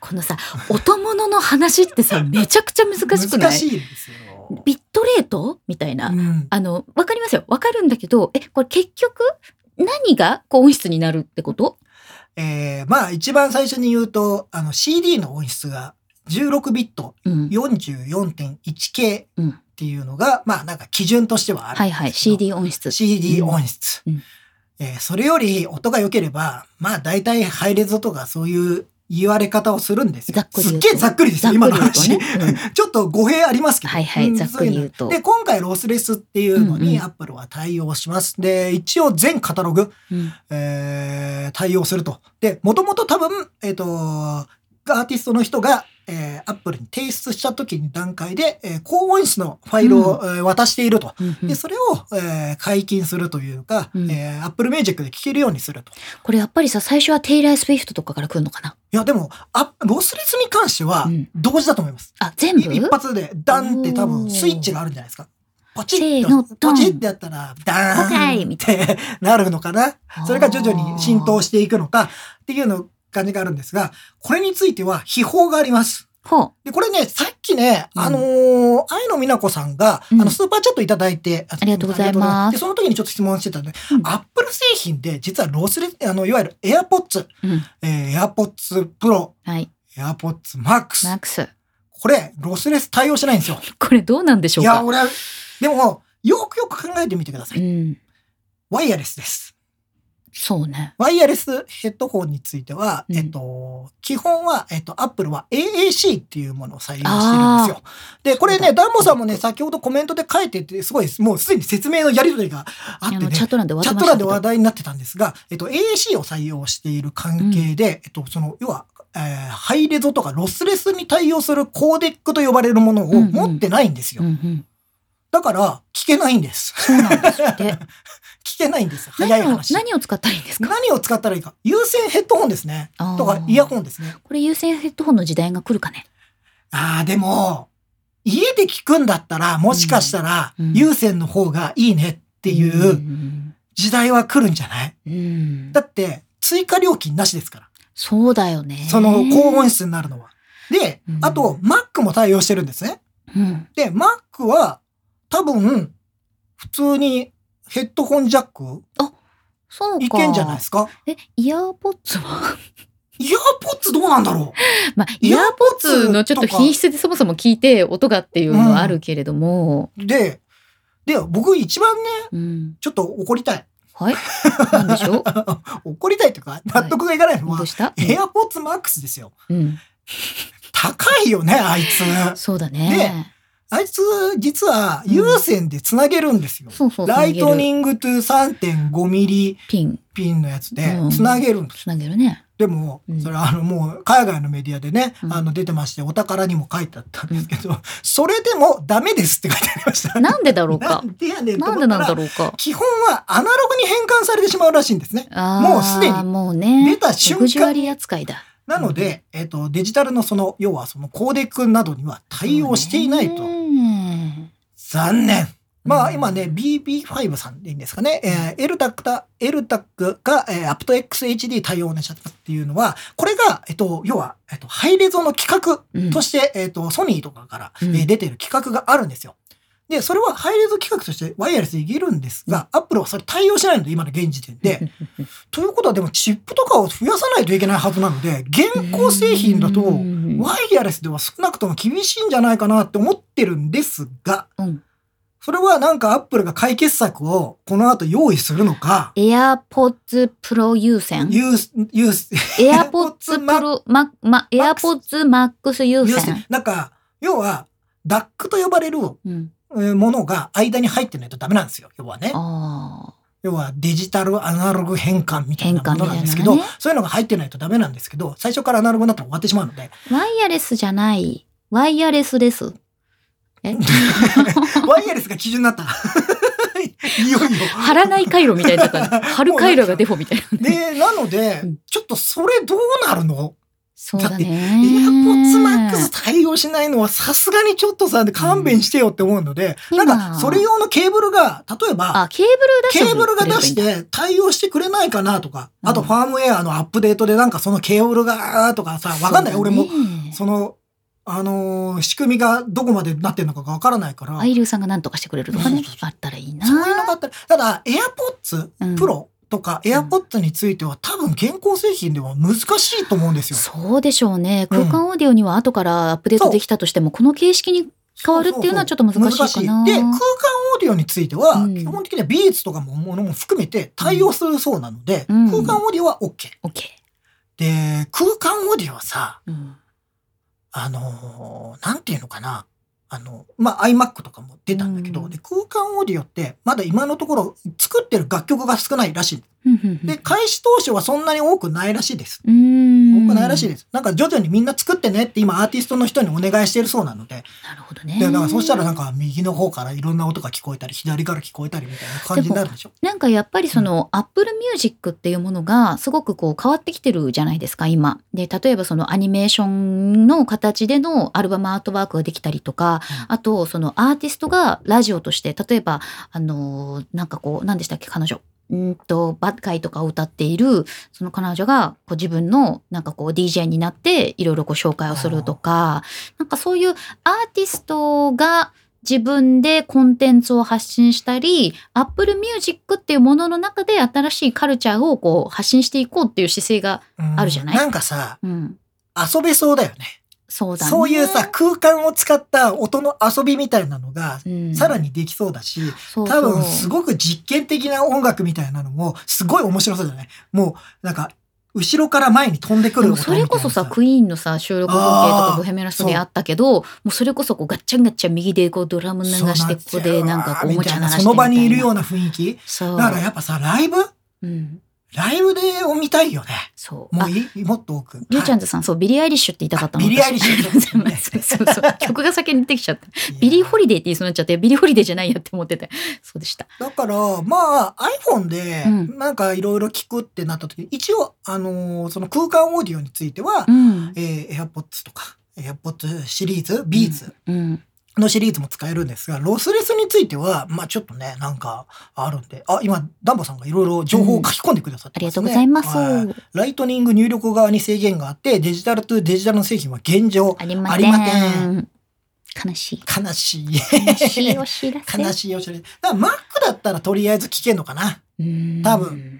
こ
[LAUGHS]
のさ、音物の話ってさ、めちゃくちゃ難しくない
難しいですよ。
ビットレートみたいな。
うん
あの、わかりますよ。わかるんだけど、え、これ結局、何が高音質になるってこと
えーまあ一番最初に言うと、あの CD の音質が16ビット
うん。
44.1K
うん
っていうのが、まあなんか基準としてはある
は
んですけど。
いはい。CD 音質。
CD 音質、
うん
えーそれより音が良ければまあ大体ハイレゾとかそういう言われ方をするんですよ
ざっくり
す
言う
っ
と
げえざっくりです
ざ
よ
っ
今
く
の
り言うと
話、
ね。
ちょっと語弊ありますけど
はいはい
ん
ざっくり言うと
そいので今回ロースレスっていうの
うんう
に
ん
アップルは対応します、で一応全カタログ、
うんうん
えー対応するとでもともと多分えっ、とアーティストの人がえー、アップルに提出した時に段階で、えー高音質のファイルを、えー渡していると
うんうん
でそれを、えー解禁するというか、
うん
えー、Apple Music で聴けるようにすると。
これやっぱりさ、最初はテイラー・スウィフトとかから来るのかな、
いやでもあロスレスに関しては
うん
同時だと思います。
あ、全
い
部
一発でダンって多
おー
分スイッチがあるんじゃないですか。ポチ
せ
ッ
ーの
と
ドン
ポチッってやったらダ
ポカイ
ーン
み
ったてなるのかな。それが徐々に浸透
し
していくのかっていうの感じがあるんですがこれについては秘宝があります。
ほう。
で、これね、さっきね、
うん
あのー愛の美奈子さんが、
うん
あの、スーパーチャットいただいて、あ
ありがとうございます
で、その時にちょっと質問してたんで、
うん
アップル製品で、実はロスレ、あの、いわゆる AirPods、
うん。
えー、AirPods Pro、
はい。
AirPods Max、
マックス。
これ、ロスレス対応してないんですよ。
これどうなんでしょ
いうや、
か
俺は、でも、よくよく考えてみてくださ
う
い。
ん。
ワイヤレスです。
そうね。
ワイヤレスヘッドホンについては、
うん
えっと、基本は、えっと、アップルは AAC っていうものを採用してるんですよ。で、これ
そ
ね、
うだ
ダンボさんもね、先ほどコメントで書いてて、すごい、もうすでに説明のやりとりがあっ
あ
て
の、
ね、
チ
チ
ャット欄で終わ
ャ
っ
ッ
てまし
ト欄
たけ
で
ど
話。題になってたんですが、えっと、AAC を採用している関係で、えっと、その、要は、えーハイレゾとかロスレスに対応するコーデックと呼ばれるものを
うんうん
持ってないんですよ。
うんうん。
だから、聞けないんです。 [LAUGHS]
そうなんですって。
聞けないんです。早い
何を、
話。
何を使ったらいいんですか
何を使ったらいいか。有線ヘッドホンですね。とかイヤホ
ン。
ンですね。
これ有線ヘッドホンの時代が来るかね。
ああ、でも、家で聞くんだったら、もしかしたら
うんうん、
有線の方がいいねって
う
いうん時代は来るんじゃない
うん。
だって、追加料金なしですから。
そうだよね。
その高音質になるのは。で
うん、
あと、Mac も対応してるんですね。
うん。
で、Mac は、多分、普通にヘッドホンジャック
そうか。
いけんじゃないですか
え、イヤーポッツは [LAUGHS]
イヤーポッツどうなんだろう
まあ、イ
イ
ヤ
ヤ
ー
ー
ポ
ポ
ッ
ッ
ツ
ツ
のちょっと品質でそもそも聞いて音がっていうのはあるけれども。
で、で、僕一番ね、
うん。
ちょっと怒りたい。 [LAUGHS]
はい。なんでしょう
怒りたいというか、納得がいかないの
ど
は
う、した
エアポッツマックスですよ。
うん。
高いよね、あ
[LAUGHS]
いつ。
そうだね。
あいつ、実は、有線でつなげるんですよ。
そうそう。
ライトニ
ン
ングと3.5ミリ
ピン
ピンのやつで
うん
つなげるんです。
つなげるね。
でも
うん、
それはあのもう海外のメディアでね、
うん
あの出てまして、お宝にも書いてあったんですけど、それでもダメですって書いてありました。
なんでだろうか
な。んでやねんと
な
思
んで
った
なんだ
ら、
ろうか。
基本はアナログに変換されてしまうらしいんですね。
あー
もうすでに
もうね。
出た瞬間に
60割扱いだ。
なので、えっと、デジタルのその、要はそのコーデックなどには対応していないと。
ね
残念。ま
う
あ
ん
今ね、BB5 さんでいいんですかね、えー、LTAC だ、LTAC が、えー、AptXHD 対応をねしちゃったっていうのは、これが、えっと、要は、えっと、ハイレゾの企画
うん
として、えっと、ソニーとかから、
うん
えー出てる企画があるんですよ。で、それはハイレゾ企画としてワイヤレスでいけるんですが、アップルはそれ対応しないので、今の現時点で。ということは、でもチップとかを増やさないといけないはずなので、現行製品だと、
うん
ワイヤレスでは少なくとも厳しいんじゃないかなって思ってるんですが、
うん
それはなんかアップルが解決策をこの後用意するのか、
エアポッツプロ優先。
ユース、ユース、
エアポッツプロ、ま、ま、エアポッツマックス優
ユース
先。、
なんか、要は、ダックと呼ばれる
うん。
えーものが間に入ってないとダメなんですよ。要はね。
あ
要はデジタルアナログ変換みたいなものなんですけ
変換
ど、
みたいな
そういうのが入ってないとダメなんですけど、最初からアナログになったら終わってしまうので、
あ。ワイヤレスじゃない。ワイヤレスです。
[LAUGHS]
え
ワイヤレスが基準になった。 [LAUGHS] いよいよ。
貼らない回路みたいにな
[LAUGHS]
ったね。貼る回路がデフォみたいなね。
で、なので
うん、
ちょっとそれどうなるの
そうだね。
エアポッツマックス対応しないのはさすがにちょっとさ、勘弁してよって思うので、
うん
なんかそれ用のケーブルが、例えば、
あ、ケーブル出
ケ
して
ーブルが出し
くれればいいんだ。
て対応してくれないかなとか、
うん
あとファームウェアのアップデートでなんかそのケーブルがとかさ、わかんない。
そう
俺
だね
も、。その、あのー仕組みがどこまでなってるのかがわからないから、
アイリュウさんが何とかしてくれるとか
そ
ね
うそう。そ
あったらいいな。
そういうのがあったら、ただ、AirPods
うん
Pro とか AirPods については多分現行製品では難しいと思うんですよ。
そうでしょうね。
うん
空間オーディオには後からアップデートできたとしても、この形式に変わるっていうのはちょっと難しいかな
そうそうそうで、空間オーディオについては、
うん
基本的にはビーツとかもものも含めて対応するそうなので、
うん
空間オーディオは OK。
OK。
で、空間オーディオはさ、
うん
あのーなんていうのかな。あの、まあ、iMac とかも出たんだけど、
うん
で、空間オーディオって、まだ今のところ作ってる楽曲が少ないらしい。
うんうん
で、開始当初はそんなに多くないらしいです。
うん。
多くないらしい
で
です。なんか徐々にみんな作ってねって今アーティストの人にお願いしてるそうなので、
す。なるほどね。
でだからそうしたらなんか右の方からいろんな音が聞こえたり左から聞こえたりみたいな感じになるでしょ
なんかやっぱりその、アップルミュージックっていうものがすごくこう変わってきてるじゃないですか今。で例えばそのアニメーションの形でのアルバムアートワークができたりとか、
う
あとそのアーティストがラジオとして例えばあのーなんかこう何でしたっけ彼女。うんとバッカイとかを歌っているその彼女がこう自分のなんかこう DJ になっていろいろこう紹介をするとかなんかそういうアーティストが自分でコンテンツを発信したり、Apple Music っていうものの中で新しいカルチャーをこう発信していこうっていう姿勢が、
うん
あるじゃない
なんかさ、
うん、
遊べそうだよね。
そうだね。
そういうさ、、空間を使った音の遊びみたいなのが、
うん、
さらにできそうだし、
そうそう、
多分すごく実験的な音楽みたいなのも、すごい面白そうじゃないもう、なんか、後ろから前に飛んでく
で
る
も
音みた
そ
いな
れこそさ、クイーンのさ、収録風景と
あ
か
ー
ボヘミアン・ラプソディあったけど、もうそれこそこうガッチャンガッチャン右でこうドラム流して、ここでなんかこうおもちゃ鳴らして
その場にいるよう
う
な雰囲気。
そう。
だからやっぱさ、ライブ
うん。
ライブでを見たいよね。
そう。
も
あ
う、いもっと多く。
リュウちゃん
は
ズさん、そう、ビリー・アイリッシュって言いたかったの。
あビリーアイリッシュ
私ありがとうございますそうそう。曲が先に出てきちゃった。
い
ビリー・ホリデーって言いそうになっちゃって、ビリー・ホリデーじゃないやって思ってて。そうでした。
だから、まあ、iPhone で
う、ん
なんかいろいろ聞くってなった時、一応、あのーその空間オーディオについては、
うん。
えー、AirPods とか、AirPods シリーズ、Beats
うん。
のシリーズも使えるんですが、ロスレスについては、まあちょっとね、なんかあるんで、あ、今、ダンボさんがいろいろ情報を書き込んでくださっ
あ
て
り
ま
が
す
とう
ね。
ございます。
はいライトニング入力側に制限があって、デジタルとデジタルの製品は現状、
ありま
あり
せ
ませ
ん。悲しい。
悲しい。
悲しいお知らせ。
[LAUGHS] 悲しいおしゃれ。だから Mac だったらとりあえず聞けんのかな。
うん
多分。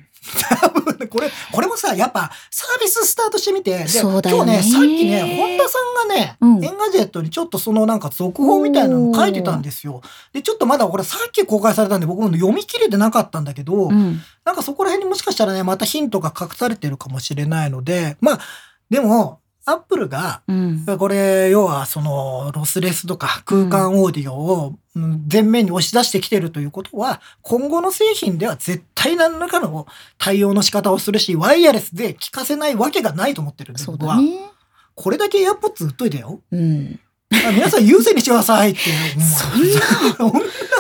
多分これ、これもさ、やっぱサービススタートしてみて、で
そうだよ
今日
ね
ね、さっきね、本田さんがね、
うん
エンガジェットにちょっとそのなんか続報みたいなの書いてたんですよ。で、ちょっとまだこれさっき公開されたんで僕も読み切れてなかったんだけ
う
ど、
ん。
なんかそこら辺にもしかしたらね、またヒントが隠されてるかもしれないので、まあ、でも、アップルが、
うん。
これ、要は、その、ロスレスとか空間オーディオをうん前面に押し出してきてるということは、今後の製品では絶対何らかの対応の仕方をするし、ワイヤレスで聞かせないわけがないと思ってるんで、
そう
僕
だ
は。
ね。
これだけ AirPods 売っといてよ。
うん。
あ皆さん優先にしてくださいって
そんな。
思う。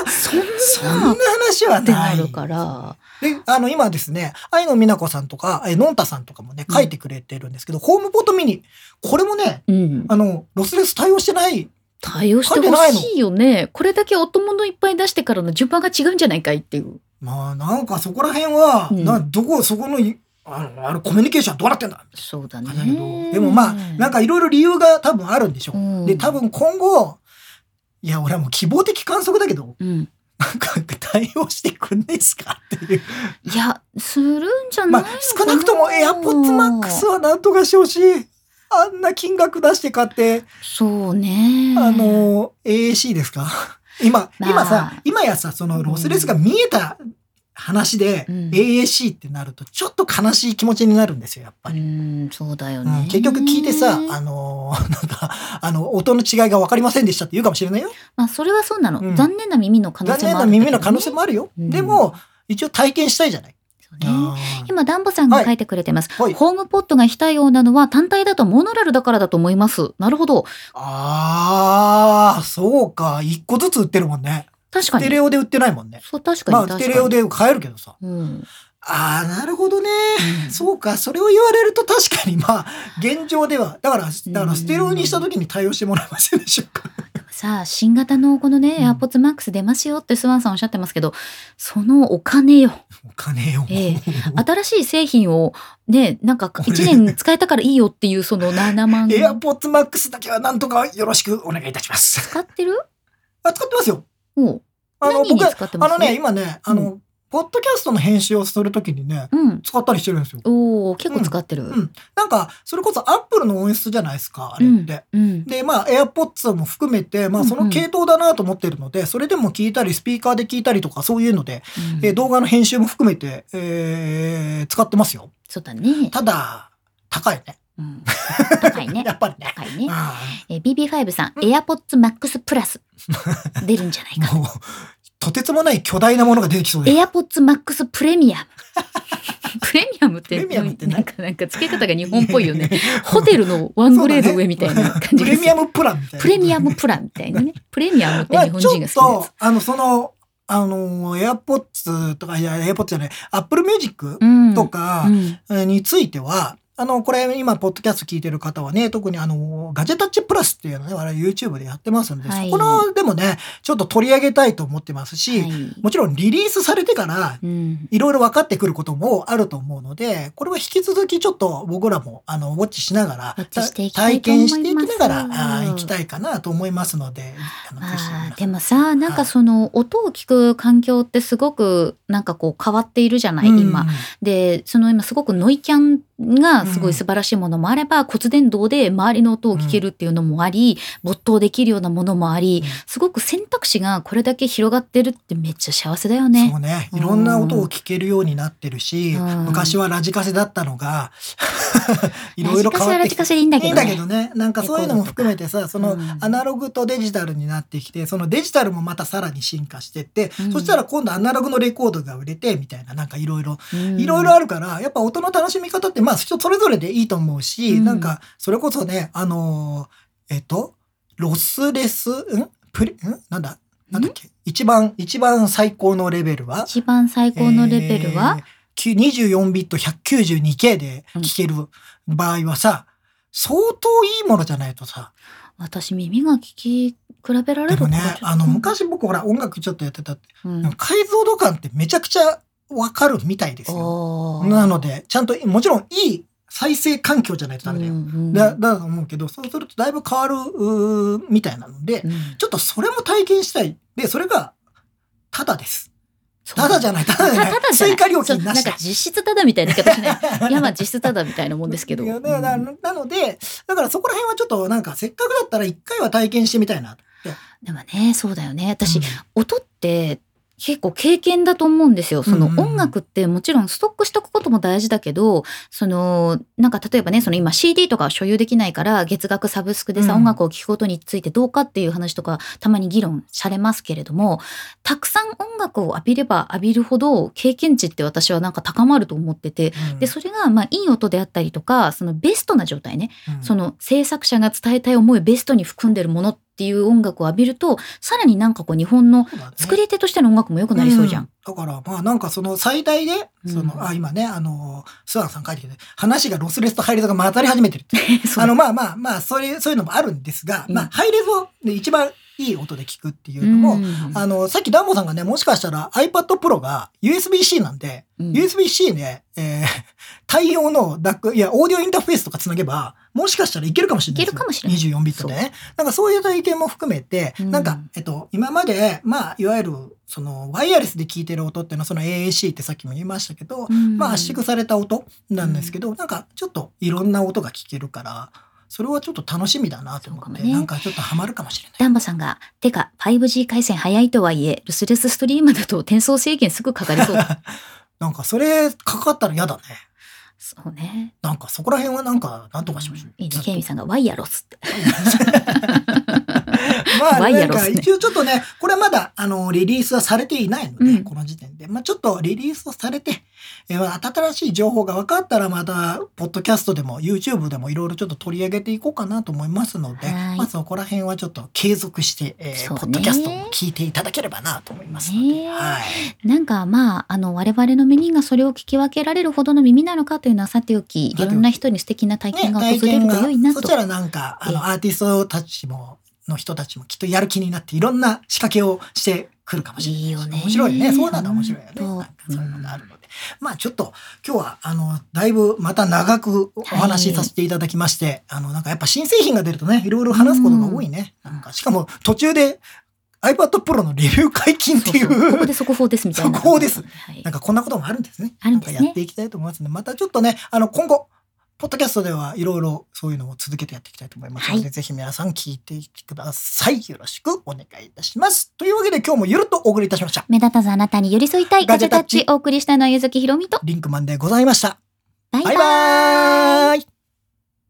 [LAUGHS] そんな、そんな話は
って
な。
ないるから。
で、あの、今ですね、愛の美奈子さんとか、えのんたさんとかもね、書いてくれてるんですけど、ホームポットミニ、これもね、
うん。
あの、ロスレス対応してない
対応してほしいよね。これだけ音物いっぱい出してからの順番が違うんじゃないかいっていう。
まあなんかそこら辺は、
うん
などこそこのいあのあのコミュニケーションはどうなってんだみ
そうだ
たいな感じだけど、
ね。
でもまあなんかいろいろ理由が多分あるんでしょ
う
う、
ん、
で多。分今後いや俺はもう希望的観測だけど [LAUGHS]
うん。
なんか対応してくんないですかっていう
いや、するんじゃ
ま
ない
あ
のかな、
少なくとも AirPods Max はなんとかしてほしいあんな金額出して買って
そうね。
あの AAC ですか [LAUGHS] 今、
まあ
今さ、今やさ、そのロスレスが見えた話で、
うん
AAC ってなると、ちょっと悲しい気持ちになるんですよ、やっぱ
う
り。
ん、そうだよ
う
ね
ん。結局聞いてさ、あのーなんか、あの、音の違いが分かりませんでしたって言うかもしれないよ。
まあ、それはそうなの、
うん
残念な耳の可能
残
性も
念
あ
な
るんだけどね、
耳の可能性もあるよ。
うん
でも、一応体験したいじゃない。
そう
う
ね
ん
今、ダンボさんが書いてくれてます。
はい。
ホームポットが非対応なのは単体だとモノラルだからだと思います。なるほど。
ああ、そうか。一個ずつ売ってるもんね。
確か
ステ
に。
レオで売ってないもんね。
そう、確かに
まあ、
確か
ス
に。
テレオで買えるけどさ。
うん。
ああ、なるほどね。 [LAUGHS] そうか。それを言われると確かに、まあ、現状では。だから、だからステレオにした時に対応してもらえませんでしょうか。
さあ、新型のこのね、
うん
AirPods Max 出ますよってスワンさんおっしゃってますけど、そのお金よ。
お金を。
ええ新しい製品をね、なんか
これ
1年使えたからいいよっていうその7万
エア
円。
ポッツマックスだけはなんとかよろしくお願いいたします。
使ってる
あ、使ってますよ。
もう。
あの、
何に
僕、あ
使ってます
のね、今ね、あの、
う
ポッドキャストの編集をするときにね、
うん。
使ったりしてるんですよ。
おお結構使ってる。
うん。なんか、それこそアップルの音質じゃないですか、あれって。
うん。
で、まあ、AirPods も含めて、ま
う
あ、
んうん
その系統だなと思ってるので、それでも聞いたり、スピーカーで聞いたりとか、そういうので、
うん
えー動画の編集も含めて、えー使ってますよ。
そうだね。
ただ、高いね。 [LAUGHS]
うん、高いね
や。っぱりね。
高いね。
あ
えー BB5 さん、AirPods Max プラ
[LAUGHS]
ス出るんじゃない
あ
か。
もう、とてつもない巨大なものが出てきそうです。
AirPods Max プレ
[LAUGHS]
ミアム。プレミアムって
プレミアムって何
なんかなんか付け方が日本っぽいよね。ホテルのワングレード上みたいな感じで
[LAUGHS] プレ
す
ミ。アムプランみたいな。
プレミアムプランみたいなね。プレミアムって
まあ
日本人が
ちょ
好
っ
き
と、あの、その、あの、AirPods とか、いや、AirPods じゃない、Apple Music
なやつ。
と
う
か
ん。うん
については、あの、これ今、ポッドキャスト聞いてる方はね、特にあの、ガジェタッチプラスっていうのね、我々 YouTube でやってますので、
はい
そこの、でもね、ちょっと取り上げたいと思ってますし、
はい。
もちろんリリースされてから、
うん。
いろいろ分かってくることもあると思うので、これは引き続きちょっと僕らもあのウォッチしながら
ウォッチしていきたい
体
と思い
験
ます
していきながらあー行きたいかなと思いますので、あの
ま
ぜひ皆
あ
さん
でもさなんかその音を聞く環境ってすごくなんかこう変わっているじゃない、今
うん。
でその今すごくノイキャンがすごい素晴らしいものもあれば、骨伝導で周りの音を聞けるっていうのもあり、没頭できるようなものもあり、
うん
すごく選択肢がこれだけ広がってるってめっちゃ幸せだよね
そ。うね。いろんな音を聞けるようになってるし、
うん
昔はラジカセだった
[LAUGHS]
のが、いろいろ変わっ
ラ
て
ジカセはラ
きて。
ジカセでいいんだ
い
け
い
ど
ん
ね。
だけどね。なんかそういうのも含めてさ、その
うん
アナログとデジタルになってきて、そのデジタルもまたさらに進化してって、
うん
そしたら今度アナログのレコードが売れて、みたいな、なんかいろいろ
うん
いろいろあるから、やっぱ音の楽しみ方って、まあ人それぞれでいいと思うし、
うん
なんか、それこそね、あのーえっと、ロスレス、んプレ、んなんだなんだっけ一番、一番最高のレベルは
一番最高のレベルは、
えーき ?24 ビット 192K で聴ける場合はさ、相当いいものじゃないとさ。
私耳が聞き比べられ
で
るか
もね
らちょっ、と
あの、昔僕ほら音楽ちょっとやってたって、
うん
解像度感ってめちゃくちゃわかるみたいですよ。
おー
なので、ちゃんと、もちろんいい再生環境じゃないとダメだよ。
うんうん
だ、だと思うけど、そうするとだいぶ変わる、うーみたいなので
う、ん
ちょっとそれも体験したい。で、それが、ただです。
そう
ただじゃない、ただじゃない
たた。だじゃない
追加料金な
そ
し
う
だ
んか。実質ただみたいな言い方しない。いやまあ実質ただみたいなもんですけど。
[LAUGHS] いやだから
うん
ななので、だからそこら辺はちょっとなんか、せっかくだったら一回は体験してみたいなって。
でもねそうだよね私、
うん
音って結構経験だと思うんですよ。その
うんうんうん
音楽ってもちろんストックしとくことも大事だけど、そのなんか例えばねその今 CD とかは所有できないから月額サブスクでさ、
うん
音楽を聴くことについてどうかっていう話とかたまに議論されますけれどもたくさん音楽を浴びれば浴びるほど経験値って私はなんか高まると思っててでそれがまあいい音であったりとかそのベストな状態ね
うん
その制作者が伝えたい思いをベストに含んでるものっていう音楽を浴びるとさらになんかこう日本の
そうだね
作り手としての音楽も良くなりそうじゃん。
だからまあなんかその最大でその、
うん
あ今ねあのスワンさん書いてる話がロスレスとハイレゾが混ざり始めてるっ
[LAUGHS]
て
そう
あのまあまあまあそういうそういうのもあるんですが、
うん
まあハイレゾで一番いい音で聞くっていうのも、
うん
あのさっきダンボさんがねもしかしたら iPad Pro が USB-C なんで、
うん
USB-C ね、えー [LAUGHS] 対応のダックいやオーディオインターフェースとかつなげばもしかしたらいけるかもしれないで
い
すよ
けるかもしれない
24ビットでねなんかそういう体験も含めて、
うん
なんかえっと今までまあいわゆるそのワイヤレスで聞いてる音っていうのはその AAC ってさっきも言いましたけど、
うん
まあ圧縮された音なんですけど、なんかちょっといろんな音が聞けるからそれはちょっと楽しみだなと思
そう
っ
か
て、
もね
なんかちょっとハマるかもしれない。
ダンバさんが、てか 5G 回線早いとはいえ、ルスレスストリームだと転送制限すぐかかりそう。
[LAUGHS] なんかそれかかったら嫌だね。
そうね。
なんかそこら辺はなんかなんとかしましょう。
いいね、ケイミさんが、ワイヤロスって。
まあ
ワイ
な
ヤ
ん
ロス
か
ね
一応ちょっとね、これまだあのリリースはされていないので、
うん
この時点で、まあちょっとリリースをされて、えー新しい情報が分かったらまた、ポッドキャストでも YouTube でもいろいろちょっと取り上げていこうかなと思いますので、
はい
まあそこら辺はちょっと継続して、えー
そう
ポ
ね
ッドキャストを聞いていただければなと思いますので、
ね
はい。
なんかまあ、あの、我々の耳がそれを聞き分けられるほどの耳なのかというのはさておき、いろんな人に素敵な体験が訪れると良いな
そ
と。
したらなんか、あの、アーティストたちも、の人たちもきっとやる気になって、いろんな仕掛けをしてくるかもしれないし。
いいよね
面白いね。そうなんだ、面白いよね。
ほんと
なんかそういうのがあるので。まあちょっと、今日は、あの、だいぶまた長くお話しさせていただきまして、あの、なんかやっぱ新製品が出るとね、いろいろ話すことが多いね。なんか、しかも途中で iPad Pro のレビュー解禁っていう
そうそうここで速報ですみたいな。
速報です
はい
なんかこんなこともあるんですね。
あるんですね
なんかやっていきたいと思いますので、またちょっとね、あの、今後、ポッドキャストではいろいろそういうのを続けてやっていきたいと思いますので、
はい
ぜひ皆さん聞いていてください。よろしくお願いいたします。というわけで今日もゆるっとお送りいたしました。
目立たずあなたに寄り添いたいガ
ガ
ジ
ジ
ェ
ェ
タ
タ
ッ
ッチ
チお送りしたのはゆずきひろみと
リンクマンでございました。
バイバ
バ
イ
イバーイ